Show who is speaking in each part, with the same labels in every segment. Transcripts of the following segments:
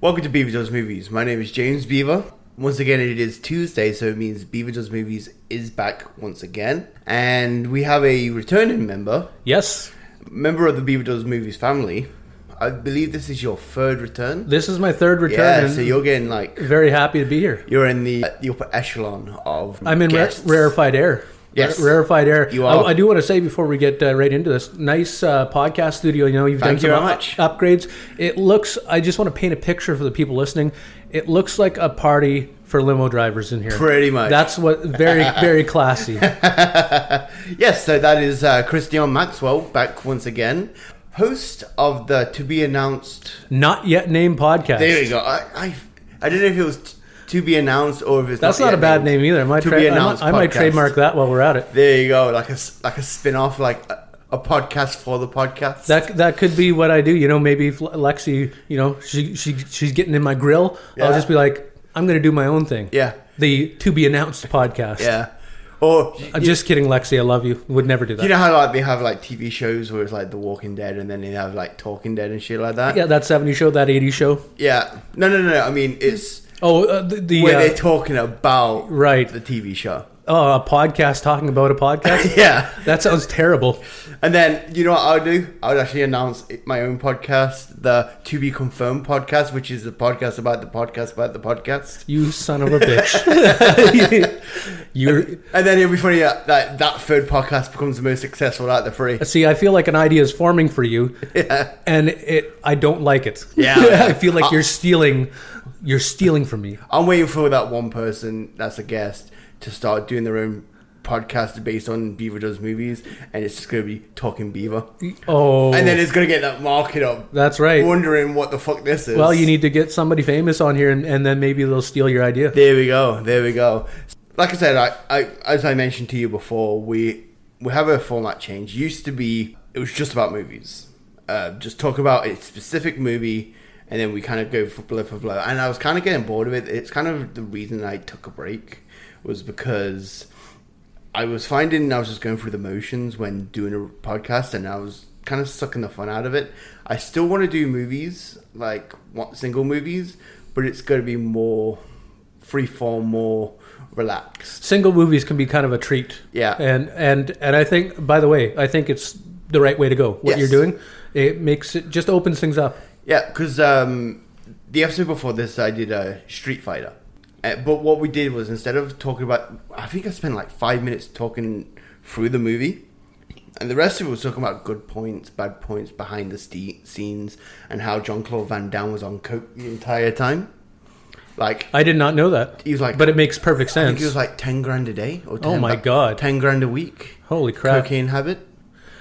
Speaker 1: Welcome to Beaver Joe's Movies. My name is James Beaver. Once again, it is Tuesday, so it means Beaver Joe's Movies is back once again. And we have a returning member,
Speaker 2: Yes,
Speaker 1: member of the Beaver Joe's Movies family. I believe this is your third return.
Speaker 2: this is my third return.
Speaker 1: Yeah,
Speaker 2: and
Speaker 1: so you're getting like,
Speaker 2: very happy to be here.
Speaker 1: you're in the, the upper echelon of
Speaker 2: I'm in ra-
Speaker 1: guests.
Speaker 2: rarefied air.
Speaker 1: Yes.
Speaker 2: Ra- rarefied air.
Speaker 1: You are.
Speaker 2: I, I do want to say before we get uh, right into this, nice uh, podcast studio. You know, you've
Speaker 1: Thank
Speaker 2: done
Speaker 1: you
Speaker 2: some
Speaker 1: very
Speaker 2: up-
Speaker 1: much.
Speaker 2: upgrades. It looks. I just want to paint a picture for the people listening. It looks like a party for limo drivers in here.
Speaker 1: Pretty much.
Speaker 2: That's what. Very very classy.
Speaker 1: Yes, so that is uh, Christian Maxwell back once again, host of the To Be Announced.
Speaker 2: Not yet named podcast.
Speaker 1: There we go. I, I, I don't know if it was t- To Be Announced or if it's
Speaker 2: That's
Speaker 1: not
Speaker 2: not a
Speaker 1: yet
Speaker 2: bad
Speaker 1: named.
Speaker 2: name either. I might,
Speaker 1: To
Speaker 2: tra-
Speaker 1: Be
Speaker 2: I might-
Speaker 1: Announced
Speaker 2: I might
Speaker 1: podcast.
Speaker 2: trademark that while we're at it.
Speaker 1: There you go, like a s- like a spin off, like a, a podcast for the podcast.
Speaker 2: That that could be what I do. You know, maybe if Lexi, you know, she she she's getting in my grill.
Speaker 1: Yeah.
Speaker 2: I'll just be like, I'm going to do my own thing.
Speaker 1: yeah,
Speaker 2: The to be announced podcast.
Speaker 1: yeah. Or you,
Speaker 2: I'm just kidding, Lexi. I love you. Would never do that.
Speaker 1: you know how like they have like TV shows where it's like The Walking Dead, and then they have like Talking Dead and shit like that.
Speaker 2: yeah, that 70 show, that 80 show.
Speaker 1: Yeah. No, no, no. no. I mean, it's
Speaker 2: Oh, uh, the, the
Speaker 1: where they're
Speaker 2: uh,
Speaker 1: talking about
Speaker 2: right.
Speaker 1: the TV show.
Speaker 2: Oh, a podcast talking about a podcast.
Speaker 1: Yeah.
Speaker 2: that sounds terrible.
Speaker 1: And then you know what I would do? I would actually announce it- my own podcast, the To Be Confirmed podcast, which is the podcast about the podcast about the podcast.
Speaker 2: You son of a bitch. You're
Speaker 1: And then it'd be funny that that, that third podcast becomes the most successful out of the three.
Speaker 2: see. I feel like an idea is forming for you, and it. I don't like it.
Speaker 1: Yeah.
Speaker 2: I feel like you're stealing. You're stealing from me.
Speaker 1: I'm waiting for that one person that's a guest to start doing their own podcast based on Beaver does movies, and it's just gonna be talking Beaver,
Speaker 2: Oh,
Speaker 1: and then it's gonna get that market up,
Speaker 2: that's right.
Speaker 1: wondering what the fuck this is.
Speaker 2: Well, you need to get somebody famous on here, and, and then maybe they'll steal your idea.
Speaker 1: There we go. There we go. Like I said, I, I as I mentioned to you before, we we have a format change. Used to be it was just about movies, uh, just talk about a specific movie, and then we kind of go for blow for blow. And I was kind of getting bored of it. It's kind of the reason I took a break was because I was finding I was just going through the motions when doing a podcast, and I was kind of sucking the fun out of it. I still want to do movies, like what, single movies, but it's going to be more freeform, more relaxed.
Speaker 2: Single movies can be kind of a treat.
Speaker 1: Yeah.
Speaker 2: and and and I think, by the way, I think it's the right way to go. What
Speaker 1: Yes.
Speaker 2: you're doing, it makes it just opens things up.
Speaker 1: Yeah, because um, the episode before this, I did a Street Fighter, uh, but what we did was instead of talking about, I think I spent like five minutes talking through the movie. And the rest of it was talking about good points, bad points, behind the ste- scenes, and how John Claude Van Damme was on coke the entire time. Like
Speaker 2: I did not know that.
Speaker 1: He was like-
Speaker 2: but it makes perfect
Speaker 1: I think
Speaker 2: sense.
Speaker 1: it was like ten grand a day, or 10
Speaker 2: Oh my God.
Speaker 1: ten grand a week.
Speaker 2: Holy crap!
Speaker 1: Cocaine habit.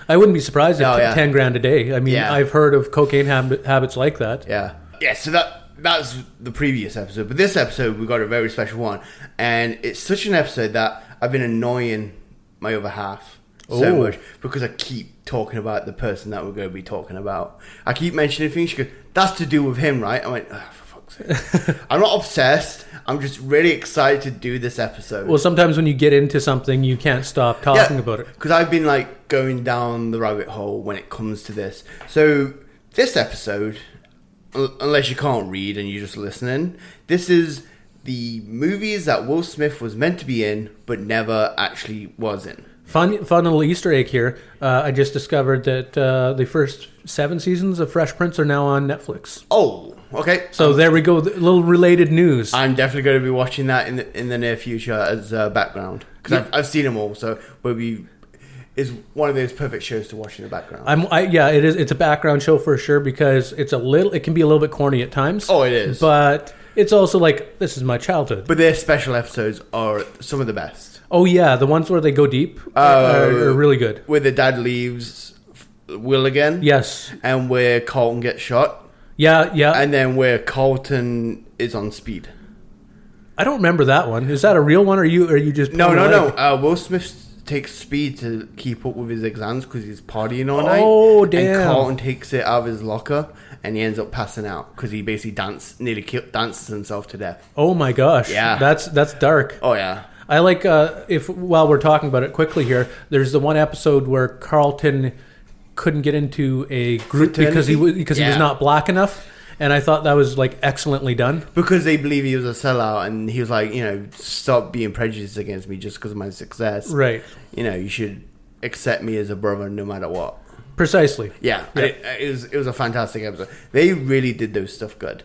Speaker 2: I wouldn't be surprised if
Speaker 1: Oh, yeah.
Speaker 2: ten grand a day. I mean,
Speaker 1: Yeah.
Speaker 2: I've heard of cocaine hab- habits like that.
Speaker 1: Yeah, yeah. So that that's the previous episode, but this episode we got a very special one, and it's such an episode that I've been annoying my other half so
Speaker 2: Ooh.
Speaker 1: much because I keep talking about the person that we're going to be talking about. I keep mentioning things. She goes, "That's to do with him, right?" I went, oh, "For fuck's sake!" I'm not obsessed. I'm just really excited to do this episode.
Speaker 2: Well, sometimes when you get into something, you can't stop talking about it.
Speaker 1: Because I've been like going down the rabbit hole when it comes to this. So this episode, un- unless you can't read and you're just listening, this is the movies that Will Smith was meant to be in but never actually was in.
Speaker 2: Fun, fun little Easter egg here. Uh, I just discovered that uh, the first seven seasons of Fresh Prince are now on Netflix.
Speaker 1: Oh, okay.
Speaker 2: So there we go. th- Little related news.
Speaker 1: I'm definitely going to be watching that in the, in the near future as uh, background because I've, I've seen them all. So we'll be is one of those perfect shows to watch in the background.
Speaker 2: I'm, I, yeah, it is. It's a background show for sure because it's a little. It can be a little bit corny at times.
Speaker 1: Oh, it is.
Speaker 2: But it's also like this is my childhood.
Speaker 1: but their special episodes are some of the best.
Speaker 2: oh yeah, the ones where they go deep
Speaker 1: Oh.
Speaker 2: are, are really good.
Speaker 1: where the dad leaves Will again.
Speaker 2: Yes.
Speaker 1: And where Carlton gets shot.
Speaker 2: Yeah. Yeah.
Speaker 1: And then where Carlton is on speed.
Speaker 2: I don't remember that one. Is that a real one? Or are you? Are you just?
Speaker 1: No,
Speaker 2: pulling
Speaker 1: no,
Speaker 2: a
Speaker 1: no.
Speaker 2: leg?
Speaker 1: Uh, Will Smith takes speed to keep up with his exams because he's partying all night.
Speaker 2: Oh, damn.
Speaker 1: And Carlton takes it out of his locker and he ends up passing out because he basically dance, nearly kill, dances himself to death.
Speaker 2: Oh my gosh.
Speaker 1: Yeah.
Speaker 2: That's that's dark.
Speaker 1: Oh, yeah.
Speaker 2: I like uh, if while we're talking about it quickly here. There's the one episode where Carlton couldn't get into a group because he
Speaker 1: Fraternity?
Speaker 2: was because he was
Speaker 1: Yeah.
Speaker 2: not black enough, and I thought that was like excellently done.
Speaker 1: because they believe he was a sellout, and he was like, you know, stop being prejudiced against me just because of my success.
Speaker 2: Right.
Speaker 1: You know, you should accept me as a brother no matter what.
Speaker 2: Precisely.
Speaker 1: Yeah,
Speaker 2: Yeah.
Speaker 1: It, it was it was a fantastic episode. They really did those stuff good.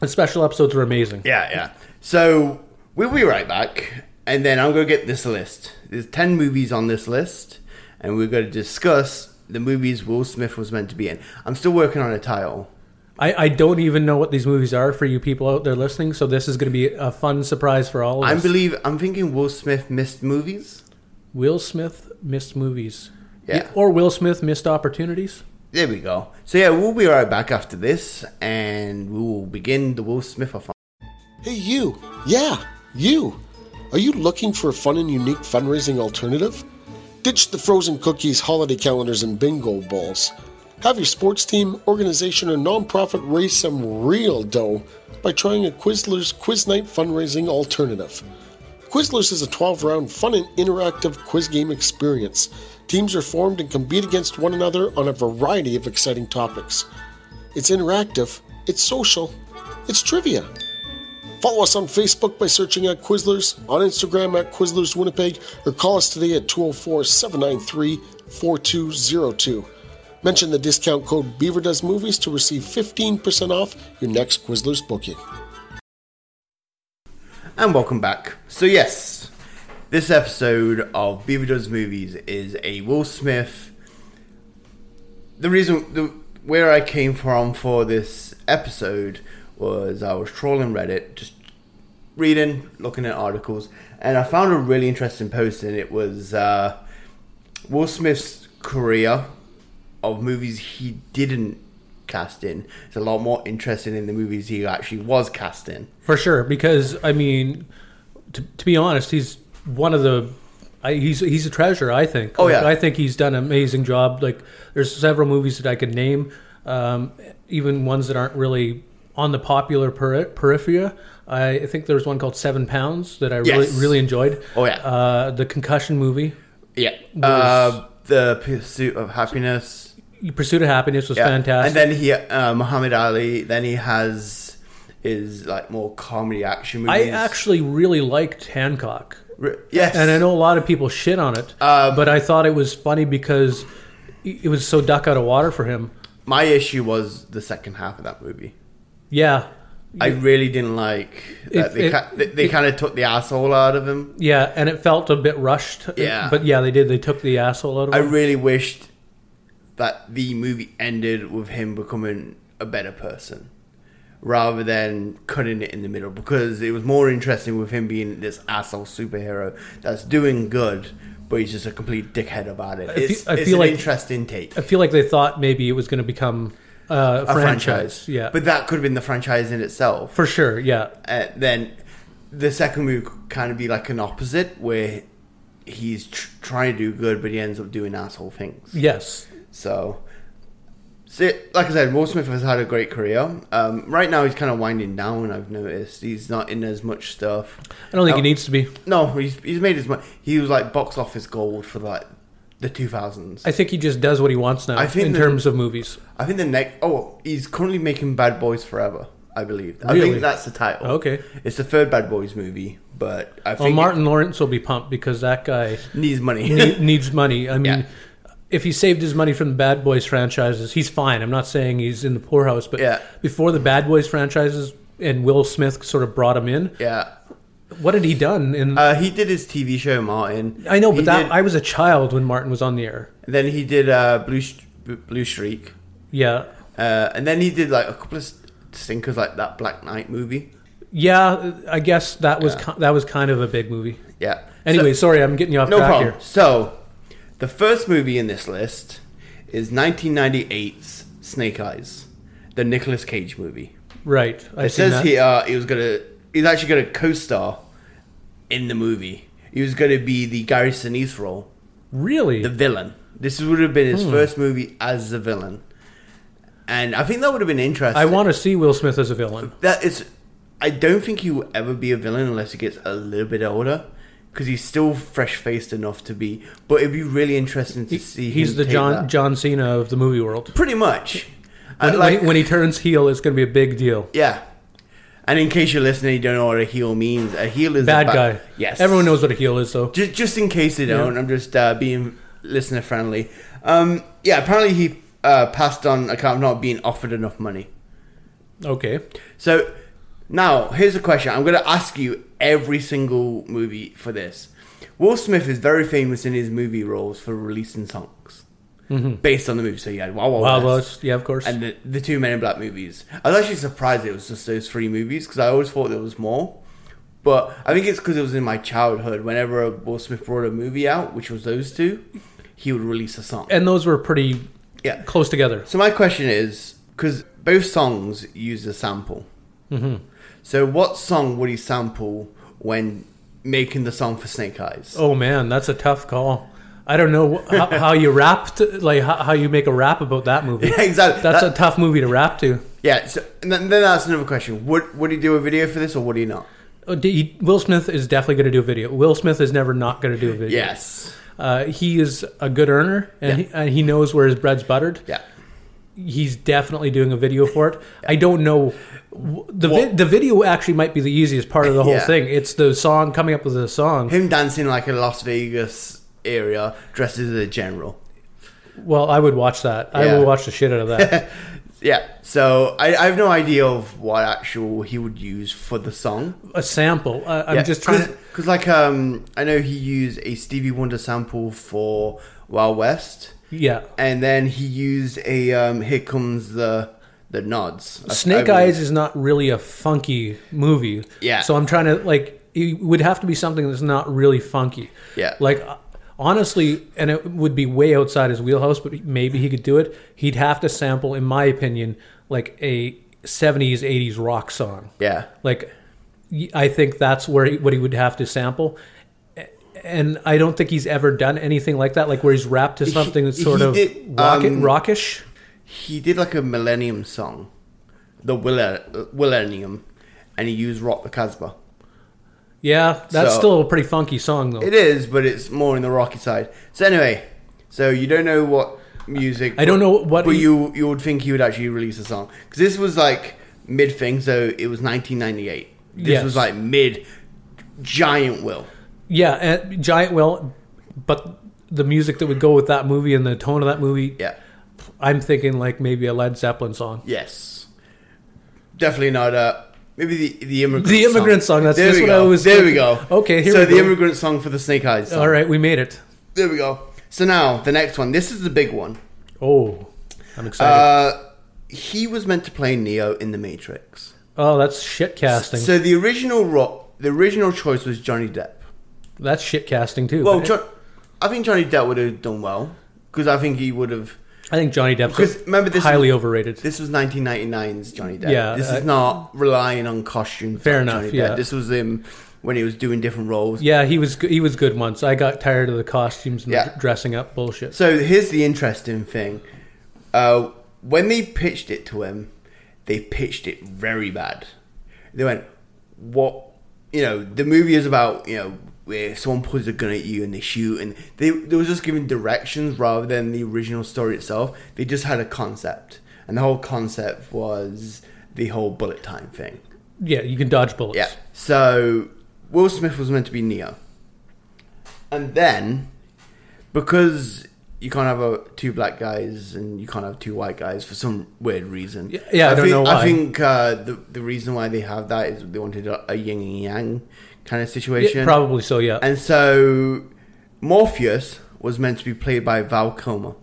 Speaker 2: The special episodes were amazing.
Speaker 1: Yeah, yeah. So we'll be right back, and then I'm gonna get this list. There's ten movies on this list, and we're gonna discuss the movies Will Smith was meant to be in. I'm still working on a title.
Speaker 2: I, I don't even know what these movies are for you people out there listening, so this is going to be a fun surprise for all of
Speaker 1: I
Speaker 2: us.
Speaker 1: believe I'm thinking Will Smith missed movies.
Speaker 2: Will Smith missed movies.
Speaker 1: Yeah.
Speaker 2: Or Will Smith missed opportunities.
Speaker 1: There we go. So yeah, we'll be right back after this, and we will begin the Will Smith of
Speaker 3: Hey, you. Yeah, you. Are you looking for a fun and unique fundraising alternative? Ditch the frozen cookies, holiday calendars, and bingo balls. Have your sports team, organization, or nonprofit raise some real dough by trying a Quizlers Quiz Night fundraising alternative. Quizlers is a 12 round fun and interactive quiz game experience. Teams are formed and compete against one another on a variety of exciting topics. It's interactive, it's social, it's trivia. Follow us on Facebook by searching at Quizzlers, on Instagram at Quizzlers Winnipeg, or call us today at 204 793 4202. Mention the discount code Beaver Does Movies to receive 15% off your next Quizzlers booking.
Speaker 1: And welcome back. So yes, this episode of Beaver Does Movies is a Will Smith. The reason the, where I came from for this episode was I was trolling Reddit, just reading, looking at articles, and I found a really interesting post, and it was uh, Will Smith's career of movies he didn't cast in. It's a lot more interesting in the movies he actually was cast in.
Speaker 2: For sure, because I mean, to, to be honest, he's one of the. I, he's he's a treasure. I think.
Speaker 1: Oh,
Speaker 2: Like,
Speaker 1: yeah.
Speaker 2: I think he's done an amazing job. Like there's several movies that I could name, um, even ones that aren't really on the popular peri- periphery. I think there was one called Seven Pounds that I
Speaker 1: Yes.
Speaker 2: really really enjoyed.
Speaker 1: Oh, yeah.
Speaker 2: Uh, the concussion movie.
Speaker 1: Yeah. Uh, the Pursuit of Happiness.
Speaker 2: Pursuit of Happiness was
Speaker 1: Yeah.
Speaker 2: fantastic.
Speaker 1: And then he, uh, Muhammad Ali, then he has his like more comedy action
Speaker 2: I
Speaker 1: movies.
Speaker 2: actually really liked Hancock.
Speaker 1: Re- yes.
Speaker 2: And I know a lot of people shit on it,
Speaker 1: Um,
Speaker 2: but I thought it was funny because it was so duck out of water for him.
Speaker 1: My issue was the second half of that movie.
Speaker 2: Yeah,
Speaker 1: I really didn't like that
Speaker 2: It-
Speaker 1: they,
Speaker 2: it-
Speaker 1: ca- they, they
Speaker 2: it-
Speaker 1: kind of took the asshole out of him.
Speaker 2: yeah, and it felt a bit rushed.
Speaker 1: Yeah.
Speaker 2: but yeah, they did. They took the asshole out of
Speaker 1: I
Speaker 2: him.
Speaker 1: really wished that the movie ended with him becoming a better person rather than cutting it in the middle because it was more interesting with him being this asshole superhero that's doing good but he's just a complete dickhead about it.
Speaker 2: fe-
Speaker 1: It's,
Speaker 2: I
Speaker 1: it's
Speaker 2: feel
Speaker 1: an
Speaker 2: like-
Speaker 1: interesting take.
Speaker 2: I feel like they thought maybe it was going to become uh, a,
Speaker 1: A
Speaker 2: franchise. Yeah,
Speaker 1: But that could have been the franchise in itself.
Speaker 2: for sure. Yeah,
Speaker 1: Uh, then the second movie could kind of be like an opposite where he's tr- trying to do good but he ends up doing asshole things.
Speaker 2: yes,
Speaker 1: So, so, like I said, Will Smith has had a great career. Um, right now, he's kind of winding down. I've noticed he's not in as much stuff.
Speaker 2: I don't think he
Speaker 1: Um,
Speaker 2: needs to be.
Speaker 1: No, he's he's made as much. He was like box office gold for like the two thousands.
Speaker 2: I think he just does what he wants now
Speaker 1: I think
Speaker 2: in
Speaker 1: the-
Speaker 2: terms of movies.
Speaker 1: I think the next. Oh, he's currently making Bad Boys Forever. I believe. I
Speaker 2: Really?
Speaker 1: think that's the title.
Speaker 2: Okay.
Speaker 1: it's the third Bad Boys movie, but I
Speaker 2: Well,
Speaker 1: think
Speaker 2: Martin Lawrence will be pumped because that guy
Speaker 1: it needs money.
Speaker 2: ne- needs money. I mean,
Speaker 1: Yeah.
Speaker 2: if he saved his money from the Bad Boys franchises, he's fine. I'm not saying he's in the poorhouse, but
Speaker 1: Yeah.
Speaker 2: before the Bad Boys franchises and Will Smith sort of brought him in,
Speaker 1: yeah,
Speaker 2: what had he done? And
Speaker 1: uh, he did his TV show Martin.
Speaker 2: I know,
Speaker 1: He
Speaker 2: but that
Speaker 1: did-
Speaker 2: I was a child when Martin was on the air.
Speaker 1: then he did uh, Blue Sh- Blue Streak.
Speaker 2: Yeah,
Speaker 1: Uh, and then he did like a couple of stinkers, like that Black Knight movie.
Speaker 2: yeah. I guess that was ki- that was kind of a big movie.
Speaker 1: Yeah.
Speaker 2: Anyway,
Speaker 1: So-
Speaker 2: sorry, I'm getting you off
Speaker 1: no
Speaker 2: track
Speaker 1: problem.
Speaker 2: here.
Speaker 1: So, the first movie in this list is 1998's Snake Eyes, the Nicolas Cage movie.
Speaker 2: Right, I
Speaker 1: It
Speaker 2: see
Speaker 1: says
Speaker 2: that.
Speaker 1: here uh, he was gonna, he's actually gonna co-star in the movie. He was gonna be the Gary Sinise role,
Speaker 2: really.
Speaker 1: the villain. This would have been his
Speaker 2: Hmm.
Speaker 1: first movie as the villain, and I think that would have been interesting.
Speaker 2: I want to see Will Smith as a villain.
Speaker 1: That is, I don't think he will ever be a villain unless he gets a little bit older, because he's still fresh faced enough to be. But it'd be really interesting to see.
Speaker 2: He's
Speaker 1: him
Speaker 2: the
Speaker 1: take
Speaker 2: John
Speaker 1: that.
Speaker 2: John Cena of the movie world.
Speaker 1: Pretty much,
Speaker 2: When,
Speaker 1: Uh, like-
Speaker 2: when, he, when he turns heel, it's going to be a big deal.
Speaker 1: Yeah. And in case you're listening, you don't know what a heel means. A heel is a
Speaker 2: Bad
Speaker 1: ba-
Speaker 2: guy.
Speaker 1: Yes,
Speaker 2: Everyone knows what a heel is, though.
Speaker 1: Just, just in case they don't, I'm just uh, being listener friendly. Um, yeah, apparently he uh, passed on account of not being offered enough money.
Speaker 2: Okay.
Speaker 1: So now here's a question. I'm going to ask you every single movie for this. Will Smith is very famous in his movie roles for releasing songs based on the movie. So he had Wow Wow,
Speaker 2: Mm-hmm. Wild
Speaker 1: West
Speaker 2: West. Yeah, of course.
Speaker 1: Oh, and the, the two Men in Black movies. I was actually surprised it was just those three movies because I always thought there was more. But I think it's because it was in my childhood. Whenever Will Smith brought a movie out, which was those two, he would release a song.
Speaker 2: and those were pretty
Speaker 1: Yeah.
Speaker 2: close together.
Speaker 1: So my question is, because both songs use a sample. Mm-hmm. So what song would he sample when making the song for Snake Eyes?
Speaker 2: Oh man, that's a tough call. I don't know wh- how, how you rap, to, like how, how you make a rap about that movie.
Speaker 1: exactly.
Speaker 2: That's
Speaker 1: That-
Speaker 2: a tough movie to rap to.
Speaker 1: Yeah. So and then, then that's another question. Would would he do a video for this or would he not?
Speaker 2: Oh, d- he- Will Smith is definitely going to do a video. Will Smith is never not going to do a video.
Speaker 1: Yes.
Speaker 2: Uh, he is a good earner and,
Speaker 1: Yeah.
Speaker 2: he, and he knows where his bread's buttered.
Speaker 1: Yeah.
Speaker 2: He's definitely doing a video for it. I don't know. w- The, vi-
Speaker 1: Well-
Speaker 2: the video actually might be the easiest part of the whole
Speaker 1: Yeah.
Speaker 2: thing. It's the song, coming up with a song.
Speaker 1: Him dancing like a Las Vegas area dressed as a general.
Speaker 2: Well, I would watch that. I
Speaker 1: Yeah.
Speaker 2: would watch the shit out of that.
Speaker 1: Yeah. So I, I have no idea of what actual he would use for the song.
Speaker 2: a sample. I, I'm
Speaker 1: yeah,
Speaker 2: just trying to.
Speaker 1: because like um I know he used a Stevie Wonder sample for Wild West,
Speaker 2: Yeah.
Speaker 1: and then he used a um Here Comes the the Nods. I-
Speaker 2: Snake
Speaker 1: I believe.
Speaker 2: Eyes is not really a funky movie.
Speaker 1: Yeah.
Speaker 2: So I'm trying to like it would have to be something that's not really funky.
Speaker 1: Yeah.
Speaker 2: Like uh, honestly, and it would be way outside his wheelhouse, but maybe he could do it. He'd have to sample, in my opinion, like a 70s, 80s rock song.
Speaker 1: Yeah.
Speaker 2: Like y- I think that's where he, what he would have to sample. A- And I don't think he's ever done anything like that, like where he's rapped to something that's
Speaker 1: he
Speaker 2: sort of
Speaker 1: did,
Speaker 2: rocket,
Speaker 1: um,
Speaker 2: rockish.
Speaker 1: He did like a Millennium song, the Will- Millennium, and he used Rock the Casbah.
Speaker 2: Yeah, that's
Speaker 1: So-
Speaker 2: still a pretty funky song though.
Speaker 1: It is, but it's more in the rocky side. So anyway, so you don't know what music.
Speaker 2: I don't know what
Speaker 1: But
Speaker 2: he-
Speaker 1: you you would think he would actually release a song because this was like mid thing. So it was 1998. This
Speaker 2: Yes.
Speaker 1: was like mid giant will.
Speaker 2: Yeah, and Giant Will, but the music that would go with that movie and the tone of that movie.
Speaker 1: Yeah.
Speaker 2: I'm thinking like maybe a Led Zeppelin song.
Speaker 1: Yes. Definitely not. Uh, maybe the the immigrant.
Speaker 2: The immigrant song, that's
Speaker 1: there
Speaker 2: just
Speaker 1: we
Speaker 2: what
Speaker 1: go.
Speaker 2: I was
Speaker 1: There we
Speaker 2: thinking.
Speaker 1: go.
Speaker 2: Okay, here
Speaker 1: so
Speaker 2: we
Speaker 1: the
Speaker 2: go.
Speaker 1: immigrant song for the Snake Eyes. Song.
Speaker 2: All right, we made it.
Speaker 1: There we go. So now the next one. This is the big one.
Speaker 2: Oh, I'm excited.
Speaker 1: Uh, he was meant to play Neo in the Matrix.
Speaker 2: oh, that's shit casting.
Speaker 1: So the original ro- the original choice was Johnny Depp.
Speaker 2: that's shit casting too.
Speaker 1: Well,
Speaker 2: But
Speaker 1: John- I think Johnny Depp would have done well because I think he would have.
Speaker 2: I think Johnny Depp's
Speaker 1: Because remember this
Speaker 2: highly
Speaker 1: was-
Speaker 2: overrated.
Speaker 1: This was 1999's Johnny Depp.
Speaker 2: Yeah,
Speaker 1: this
Speaker 2: I-
Speaker 1: is not relying on costume.
Speaker 2: Fair
Speaker 1: for
Speaker 2: enough,
Speaker 1: Johnny Depp.
Speaker 2: yeah.
Speaker 1: this was him when he was doing different roles.
Speaker 2: yeah, he was g- he was good once. I got tired of the costumes and the
Speaker 1: Yeah.
Speaker 2: dressing up bullshit.
Speaker 1: So here's the interesting thing: uh, when they pitched it to him, they pitched it very bad. They went, "What? You know, the movie is about you know where someone pulls a gun at you and they shoot, and they they were just giving directions rather than the original story itself. They just had a concept, and the whole concept was the whole bullet time thing.
Speaker 2: yeah, you can dodge bullets.
Speaker 1: Yeah. So Will Smith was meant to be Neo. And then because you can't have a, two black guys and you can't have two white guys for some weird reason.
Speaker 2: yeah, I don't
Speaker 1: think,
Speaker 2: know why.
Speaker 1: I think uh, the the reason why they have that is they wanted a, a yin and yang kind of
Speaker 2: Yeah,
Speaker 1: situation.
Speaker 2: probably so. Yeah.
Speaker 1: And so Morpheus was meant to be played by Val Kilmer.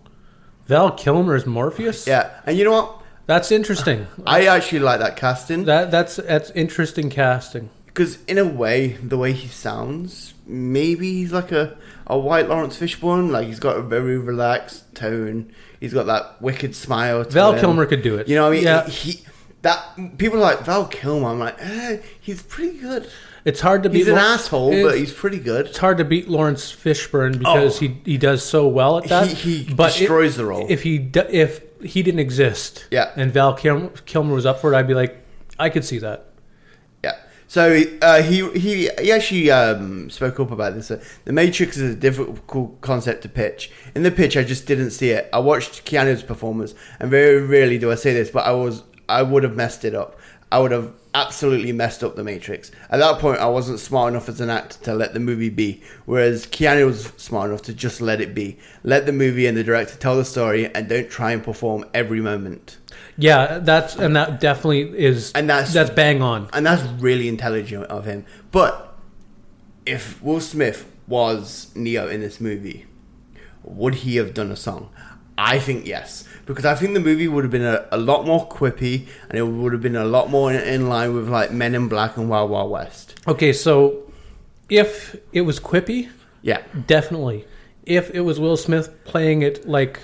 Speaker 2: Val Kilmer's Morpheus.
Speaker 1: Yeah, and you know what?
Speaker 2: that's interesting.
Speaker 1: I actually like that casting.
Speaker 2: that that's that's interesting casting.
Speaker 1: Because in a way, the way he sounds, maybe he's like a, a white Lawrence Fishburne. Like he's got a very relaxed tone. He's got that wicked smile. To
Speaker 2: Val
Speaker 1: him.
Speaker 2: Kilmer could do it.
Speaker 1: You know what I mean?
Speaker 2: Yeah.
Speaker 1: He that people are like Val Kilmer. I'm like, eh, he's pretty good.
Speaker 2: It's hard to beat.
Speaker 1: He's an
Speaker 2: Lau-
Speaker 1: asshole,
Speaker 2: it's,
Speaker 1: but he's pretty good.
Speaker 2: it's hard to beat Lawrence Fishburne because
Speaker 1: Oh.
Speaker 2: he he does so well at that.
Speaker 1: He- he
Speaker 2: but
Speaker 1: destroys
Speaker 2: if-
Speaker 1: the role.
Speaker 2: If he d- if he didn't exist,
Speaker 1: Yeah.
Speaker 2: and Val Kilmer, Kilmer was up for it, I'd be like, I could see that.
Speaker 1: Yeah. So uh, he he he actually um, spoke up about this. Uh, The Matrix is a difficult concept to pitch. In the pitch, I just didn't see it. I watched Keanu's performance, and very rarely do I say this, but I was I would have messed it up. I would have absolutely messed up the Matrix. At that point, I wasn't smart enough as an actor to let the movie be, whereas Keanu was smart enough to just let it be. Let the movie and the director tell the story, and don't try and perform every moment.
Speaker 2: Yeah, that's and that definitely is
Speaker 1: And that's-
Speaker 2: that's bang on.
Speaker 1: And that's really intelligent of him. But if Will Smith was Neo in this movie, would he have done a song? I think yes. Because I think the movie would have been a, a lot more quippy and it would have been a lot more in, in line with like Men in Black and Wild Wild West.
Speaker 2: Okay, so if it was Quippy,
Speaker 1: Yeah.
Speaker 2: Hmm. definitely. If it was Will Smith playing it like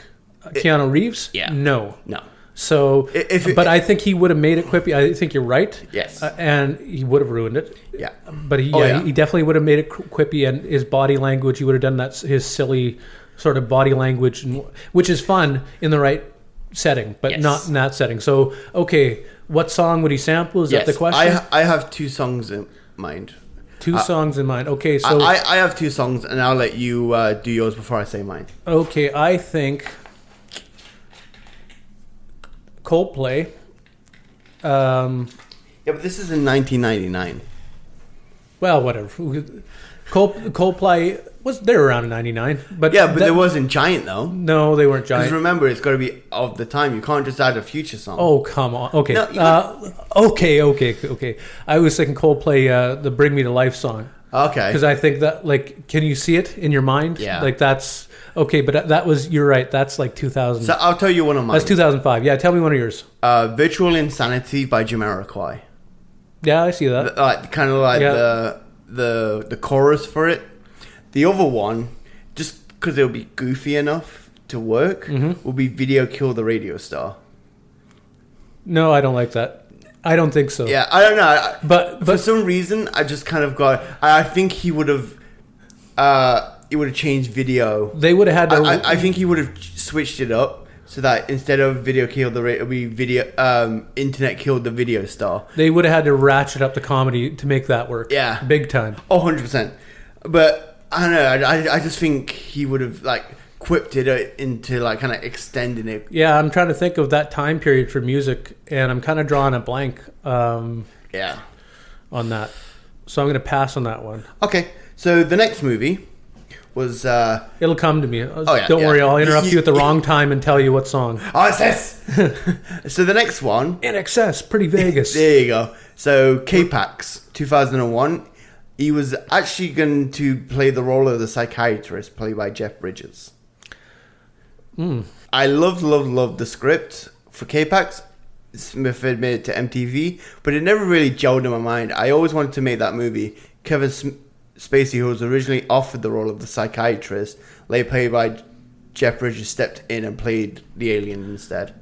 Speaker 2: Keanu Reeves,
Speaker 1: yeah.
Speaker 2: no,
Speaker 1: No.
Speaker 2: So,
Speaker 1: I- if it-
Speaker 2: but I think he would have made it quippy. I think you're right.
Speaker 1: Yes.
Speaker 2: Uh, and he would have ruined it.
Speaker 1: Yeah.
Speaker 2: But he,
Speaker 1: Oh,
Speaker 2: yeah,
Speaker 1: yeah.
Speaker 2: he definitely would have made it qu- quippy, and his body language. He would have done that s- his silly sort of body language, and, which is fun in the right setting, but
Speaker 1: Yes.
Speaker 2: not in that setting. So, okay, what song would he sample? Is
Speaker 1: Yes.
Speaker 2: that the question?
Speaker 1: I, I have two songs in mind.
Speaker 2: Two songs in mind. Okay, so
Speaker 1: I, I have two songs and I'll let you uh, do yours before I say mine.
Speaker 2: Okay, I think Coldplay. Um,
Speaker 1: Yeah, but this is in 1999.
Speaker 2: well, whatever. Cold, Coldplay was they were around in '99, but
Speaker 1: Yeah, but
Speaker 2: that-
Speaker 1: there wasn't Giant though.
Speaker 2: no, they weren't
Speaker 1: Because
Speaker 2: giant.
Speaker 1: remember, it's got to be of the time. You can't just add a future song.
Speaker 2: Oh come on. Okay.
Speaker 1: No, you-
Speaker 2: uh, okay. Okay. Okay. I was thinking Coldplay, uh, the "Bring Me to Life" song.
Speaker 1: okay.
Speaker 2: because Oh, I think that like, can you see it in your mind?
Speaker 1: Yeah.
Speaker 2: Like that's okay, but that- that was you're right. That's like 2000.
Speaker 1: so I'll tell you one of mine.
Speaker 2: that's 2005. Yeah, tell me one of yours.
Speaker 1: uh, Virtual Insanity by Jamiroquai.
Speaker 2: Yeah, I see that.
Speaker 1: Like kind of like
Speaker 2: Yeah.
Speaker 1: the the the chorus for it. The other one, just because it'll be goofy enough to work,
Speaker 2: Mm-hmm.
Speaker 1: will be Video Kill the Radio Star.
Speaker 2: No, I don't like that. I don't think so.
Speaker 1: Yeah, I don't know. I-
Speaker 2: But
Speaker 1: for
Speaker 2: but
Speaker 1: some reason, I just kind of got. I I think he would have. Uh, he would have changed video.
Speaker 2: they would have had to.
Speaker 1: I, I- I think he would have switched it up so that instead of video killed the radio, we video um, internet killed the video star.
Speaker 2: they would have had to ratchet up the comedy to make that work.
Speaker 1: Yeah.
Speaker 2: big time.
Speaker 1: Oh, 100 percent. But I don't know. I, I- I just think he would have like quipped it uh, into like kind of extending it.
Speaker 2: Yeah, I'm trying to think of that time period for music, and I'm kind of drawing a blank um,
Speaker 1: Yeah.
Speaker 2: on that. So I'm going to pass on that one.
Speaker 1: Okay. So the next movie was uh,
Speaker 2: It'll come to me.
Speaker 1: yeah,
Speaker 2: Don't
Speaker 1: yeah.
Speaker 2: worry, I'll
Speaker 1: You-
Speaker 2: interrupt
Speaker 1: you-
Speaker 2: you, at the wrong time and tell you what song.
Speaker 1: RSS. so the next one.
Speaker 2: In excess, pretty Vegas.
Speaker 1: There you go. So K-Pax, 2001. He was actually going to play the role of the psychiatrist, played by Jeff Bridges.
Speaker 2: Hmm.
Speaker 1: I loved, loved, loved the script for K-Pax. Smith admitted to MTV, but it never really gelled in my mind. I always wanted to make that movie. Kevin Sm- Spacey, who was originally offered the role of the psychiatrist, later played by Jeff Bridges, stepped in and played the alien instead.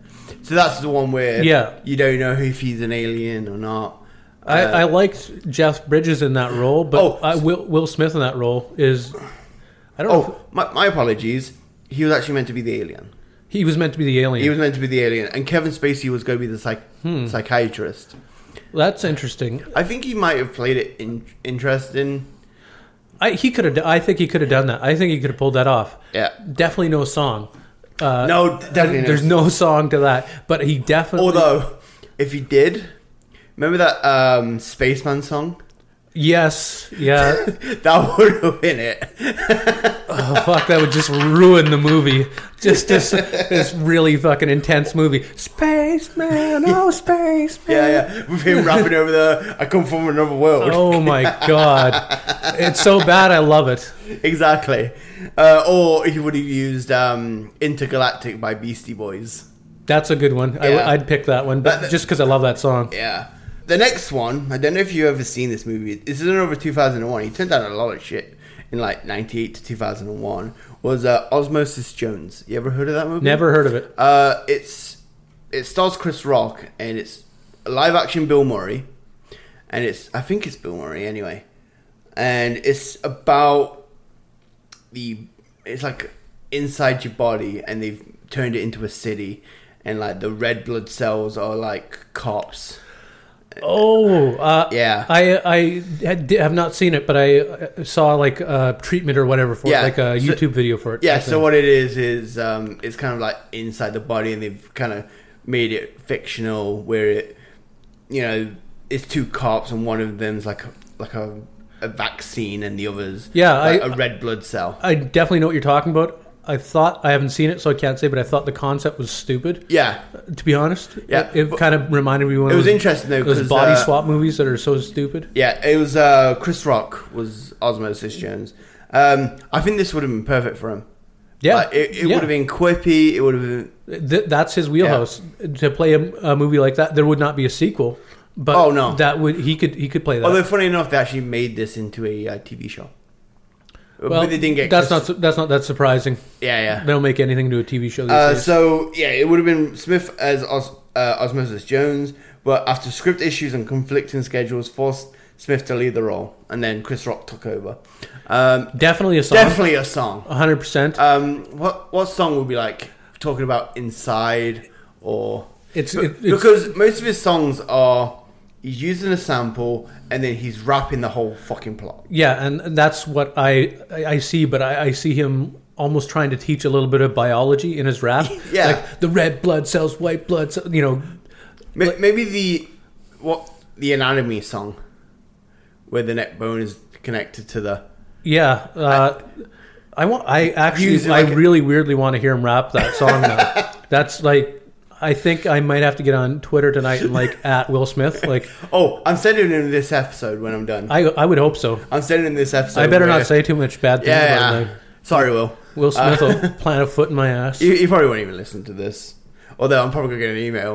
Speaker 1: So that's the one where
Speaker 2: Yeah.
Speaker 1: you don't know if he's an alien or not. Uh,
Speaker 2: I, I liked Jeff Bridges in that role, but
Speaker 1: Oh.
Speaker 2: I, Will, Will Smith in that role is. I don't know.
Speaker 1: Oh, my, my apologies. He was actually meant to be the alien.
Speaker 2: if- He was meant to be the alien.
Speaker 1: He was meant to be the alien, and Kevin Spacey was going to be the psych-
Speaker 2: Hmm.
Speaker 1: psychiatrist.
Speaker 2: That's interesting.
Speaker 1: I think he might have played it in- interesting.
Speaker 2: I, he could have. I think he could have done that. I think he could have pulled that off.
Speaker 1: Yeah.
Speaker 2: Definitely no song. Uh,
Speaker 1: No, definitely no
Speaker 2: There's no song to that, but he definitely.
Speaker 1: Although, if he did, remember that um, Spaceman song?
Speaker 2: yes, yeah.
Speaker 1: That would have been it.
Speaker 2: oh, fuck, that would just ruin the movie. Just this this really fucking intense movie. Spaceman, oh spaceman.
Speaker 1: Yeah, yeah. With him rapping over the "I come from another world."
Speaker 2: Oh my god, it's so bad. I love it.
Speaker 1: Exactly. Uh, or he would have used um, "Intergalactic" by Beastie Boys.
Speaker 2: That's a good one.
Speaker 1: Yeah.
Speaker 2: I, would pick that one, but
Speaker 1: That-
Speaker 2: just because I love that song.
Speaker 1: Yeah. The next one, I don't know if you've ever seen this movie. This is another 2001. He turned out a lot of shit in like 98 to 2001. Was uh, Osmosis Jones. You ever heard of that movie?
Speaker 2: Never heard of it.
Speaker 1: Uh, it's it stars Chris Rock and it's a live action Bill Murray, and it's I think it's Bill Murray anyway, and it's about the it's like inside your body and they've turned it into a city, and like the red blood cells are like cops.
Speaker 2: Oh, uh,
Speaker 1: Yeah.
Speaker 2: I I had, did- have not seen it, but I uh, saw like a treatment or whatever for
Speaker 1: Yeah.
Speaker 2: it, like a
Speaker 1: So-
Speaker 2: YouTube video for it.
Speaker 1: Yeah,
Speaker 2: type
Speaker 1: so
Speaker 2: thing.
Speaker 1: what it is is um, it's kind of like inside the body, and they've kind of made it fictional, where it, you know, it's two cops, and one of them's like a, like a, a vaccine, and the others,
Speaker 2: Yeah,
Speaker 1: like
Speaker 2: I-
Speaker 1: a red blood cell.
Speaker 2: I definitely know what you're talking about. I thought I haven't seen it, so I can't say, but I thought the concept was stupid.
Speaker 1: yeah,
Speaker 2: To be honest,
Speaker 1: Yeah.
Speaker 2: it, kind of reminded me of one.
Speaker 1: It
Speaker 2: of
Speaker 1: was
Speaker 2: those-
Speaker 1: interesting, though,
Speaker 2: Those
Speaker 1: 'cause,
Speaker 2: body
Speaker 1: uh,
Speaker 2: swap movies that are so stupid.
Speaker 1: yeah. It was uh, Chris Rock was Osmosis Jones. Um, I think this would have been perfect for him.
Speaker 2: Yeah,
Speaker 1: Like, Uh, it, it
Speaker 2: yeah.
Speaker 1: would have been quippy. It would have been
Speaker 2: Th- that's his wheelhouse. To play a, a movie like that, there would not be a sequel. But
Speaker 1: Oh, no.
Speaker 2: that would he could he could play that.
Speaker 1: Although, funny enough, they actually made this into a uh, TV show.
Speaker 2: well,
Speaker 1: but they didn't get
Speaker 2: that's
Speaker 1: Chris-
Speaker 2: not su- that's not that surprising.
Speaker 1: Yeah, yeah.
Speaker 2: They don't make anything to a TV show. These
Speaker 1: Uh,
Speaker 2: days.
Speaker 1: so yeah, it would have been Smith as Os- uh, Osmosis Jones, but after script issues and conflicting schedules, forced Smith to leave the role, and then Chris Rock took over. Um,
Speaker 2: Definitely a song.
Speaker 1: definitely a song.
Speaker 2: 100%.
Speaker 1: Um, what what song would be like talking about inside or
Speaker 2: It's-
Speaker 1: Be-
Speaker 2: it- it's-
Speaker 1: because most of his songs are he's using a sample and then he's rapping the whole fucking plot.
Speaker 2: yeah, and and that's what I I I see, but I, I see him almost trying to teach a little bit of biology in his rap.
Speaker 1: Yeah.
Speaker 2: Like the red blood cells, white blood cells, you know.
Speaker 1: Ma- Maybe the what the anatomy song where the neck bone is connected to the
Speaker 2: Yeah. Uh, I, want I actually
Speaker 1: Use it
Speaker 2: I
Speaker 1: like-
Speaker 2: really weirdly want to hear him rap that song now. that's like I think I might have to get on Twitter tonight and like at Will Smith. Like
Speaker 1: Oh, I'm sending him this episode when I'm done. I,
Speaker 2: I I would hope so.
Speaker 1: am sending him this episode.
Speaker 2: I better
Speaker 1: where-
Speaker 2: not say too much bad things
Speaker 1: Yeah,
Speaker 2: about
Speaker 1: yeah.
Speaker 2: him. Like,
Speaker 1: sorry, Will.
Speaker 2: Will Smith will plant a foot in my ass.
Speaker 1: You, you probably won't even listen to this. Although I'm probably gonna get an email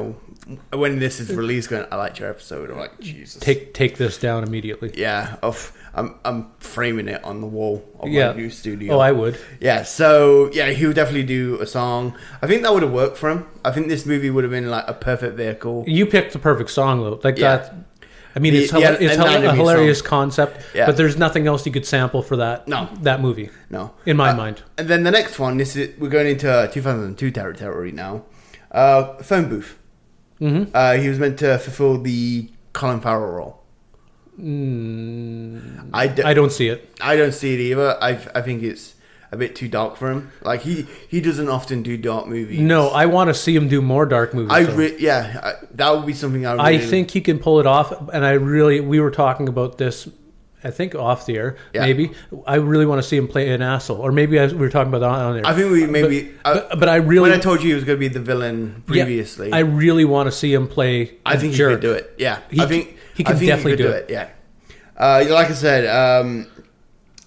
Speaker 1: when this is released. Going, I liked your episode. I'm like, Jesus.
Speaker 2: Take take this down immediately.
Speaker 1: yeah. Of, I'm I'm framing it on the wall of
Speaker 2: Yeah.
Speaker 1: my new studio.
Speaker 2: Oh, I would.
Speaker 1: Yeah. So yeah, he would definitely do a song. I think that would have worked for him. I think this movie would have been like a perfect vehicle.
Speaker 2: You picked the perfect song though. Like
Speaker 1: Yeah.
Speaker 2: that. I mean,
Speaker 1: The-
Speaker 2: it's, hila-
Speaker 1: the
Speaker 2: it's hila-
Speaker 1: anatomy
Speaker 2: a
Speaker 1: song.
Speaker 2: hilarious concept,
Speaker 1: Yeah.
Speaker 2: but there's nothing else you could sample for that.
Speaker 1: No.
Speaker 2: that movie.
Speaker 1: No,
Speaker 2: In my
Speaker 1: Uh,
Speaker 2: mind.
Speaker 1: And then the next one, this is we're going into uh, 2002 territory now. Uh, phone booth. Mm-hmm. Uh, he was meant to fulfill the Colin Farrell role. I, d-
Speaker 2: Mm. I don't see it.
Speaker 1: I don't see it either. I I think it's a bit too dark for him. Like he he doesn't often do dark movies.
Speaker 2: No, I want to see him do more dark movies.
Speaker 1: I
Speaker 2: though.
Speaker 1: re- yeah, I, that would be something I.
Speaker 2: I
Speaker 1: Really,
Speaker 2: think he can pull it off, and I really we were talking about this. I think off the air,
Speaker 1: Yeah.
Speaker 2: maybe. I really want to see him play an asshole, or maybe I, we were talking about that on there.
Speaker 1: I think we maybe. I-
Speaker 2: but, but I really
Speaker 1: when I told you he was going to be the villain
Speaker 2: yeah,
Speaker 1: previously,
Speaker 2: I really want to see him play.
Speaker 1: I
Speaker 2: a
Speaker 1: think
Speaker 2: jerk.
Speaker 1: he could do it. Yeah,
Speaker 2: He
Speaker 1: I
Speaker 2: c-
Speaker 1: think
Speaker 2: he
Speaker 1: I
Speaker 2: could
Speaker 1: think
Speaker 2: definitely do it.
Speaker 1: Yeah. Uh, like I said, um,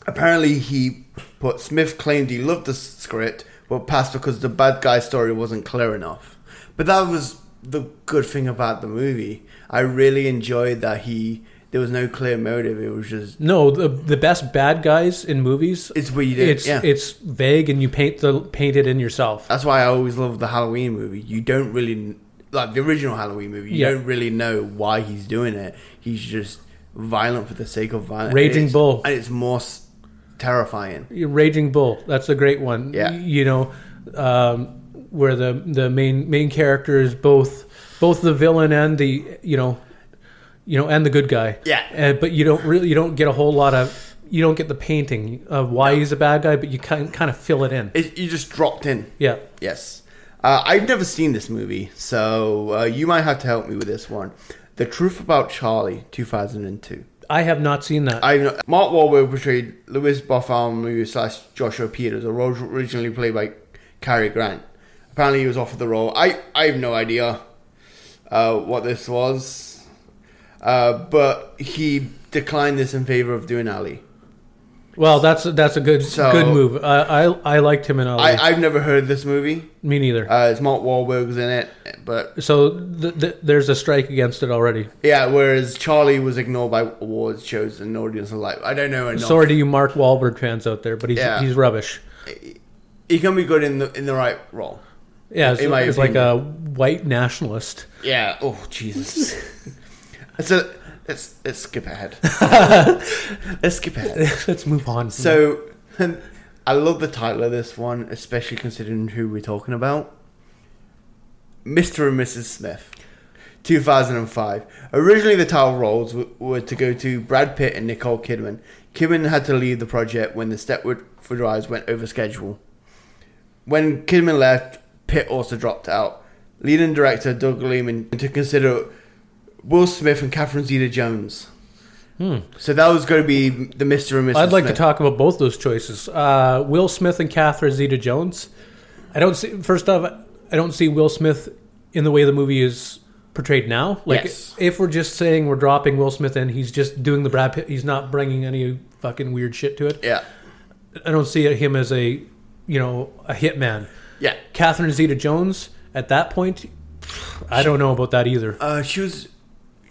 Speaker 1: apparently he put Smith claimed he loved the s- script, but passed because the bad guy story wasn't clear enough. But that was the good thing about the movie. I really enjoyed that he there was no clear motive. It was just
Speaker 2: No, the the best bad guys in movies.
Speaker 1: It's what you did,
Speaker 2: It's
Speaker 1: yeah. Uh,
Speaker 2: it's vague, and you paint the paint it in yourself.
Speaker 1: that's why I always love the Halloween movie. You don't really kn- like the original Halloween movie. You
Speaker 2: Yeah.
Speaker 1: don't really know why he's doing it. He's just violent for the sake of violence.
Speaker 2: Raging
Speaker 1: And it's-
Speaker 2: Bull.
Speaker 1: and it's more s- terrifying.
Speaker 2: Raging Bull. That's a great one.
Speaker 1: Yeah.
Speaker 2: Y- You know, um, where the the main main character is both both the villain and the you know, you know, and the good guy.
Speaker 1: Yeah.
Speaker 2: And, but you don't really you don't get a whole lot of you don't get the painting of why he's a bad guy, but you kind kind of fill it in.
Speaker 1: It, you just dropped in.
Speaker 2: yeah.
Speaker 1: Yes, uh, I've never seen this movie, so uh, you might have to help me with this one. The Truth About Charlie, two thousand and two.
Speaker 2: I have not seen that.
Speaker 1: I know- Mark Wahlberg portrayed Louis Bartholomew slash Joshua Peters, a role originally played by Cary Grant. Apparently, he was offered the role. I, I have no idea uh, what this was, uh, but he declined this in favor of doing Ali.
Speaker 2: well, that's that's a good
Speaker 1: So-
Speaker 2: good move. I, I I liked him in all.
Speaker 1: I, I've never heard of this movie.
Speaker 2: Me neither.
Speaker 1: Uh, it's Mark Wahlberg's in it, but
Speaker 2: so th- th- there's a strike against it already.
Speaker 1: yeah. Whereas Charlie was ignored by awards shows and audience alike. I don't know. Enough.
Speaker 2: Sorry to you, Mark Wahlberg fans out there, but he's
Speaker 1: Yeah.
Speaker 2: he's rubbish.
Speaker 1: he can be good in the in the right role.
Speaker 2: Yeah, it's,
Speaker 1: in my
Speaker 2: it's like a white nationalist.
Speaker 1: Yeah. Oh Jesus. so let's let's skip ahead. let's skip ahead.
Speaker 2: Let's move on.
Speaker 1: So I love the title of this one, especially considering who we're talking about. Mr. and Mrs. Smith. 2005. Originally, the title roles w- were to go to Brad Pitt and Nicole Kidman. Kidman had to leave the project when the Stepford Wives went over schedule. When Kidman left, Pitt also dropped out. Leading director Doug Lehman to consider Will Smith and Catherine Zeta-Jones. So that was going to be the Mr. and missus
Speaker 2: Hmm. I'd like
Speaker 1: Smith.
Speaker 2: to talk about both those choices. Uh, Will Smith and Catherine Zeta-Jones. I don't see. First off, I don't see Will Smith in the way the movie is portrayed now. Like,
Speaker 1: Yes.
Speaker 2: if we're just saying we're dropping Will Smith in, he's just doing the Brad Pitt. He's not bringing any fucking weird shit to it.
Speaker 1: Yeah.
Speaker 2: I don't see him as a, you know, a hitman.
Speaker 1: Yeah.
Speaker 2: Catherine Zeta-Jones at that point, I don't know about that either.
Speaker 1: Uh, she was.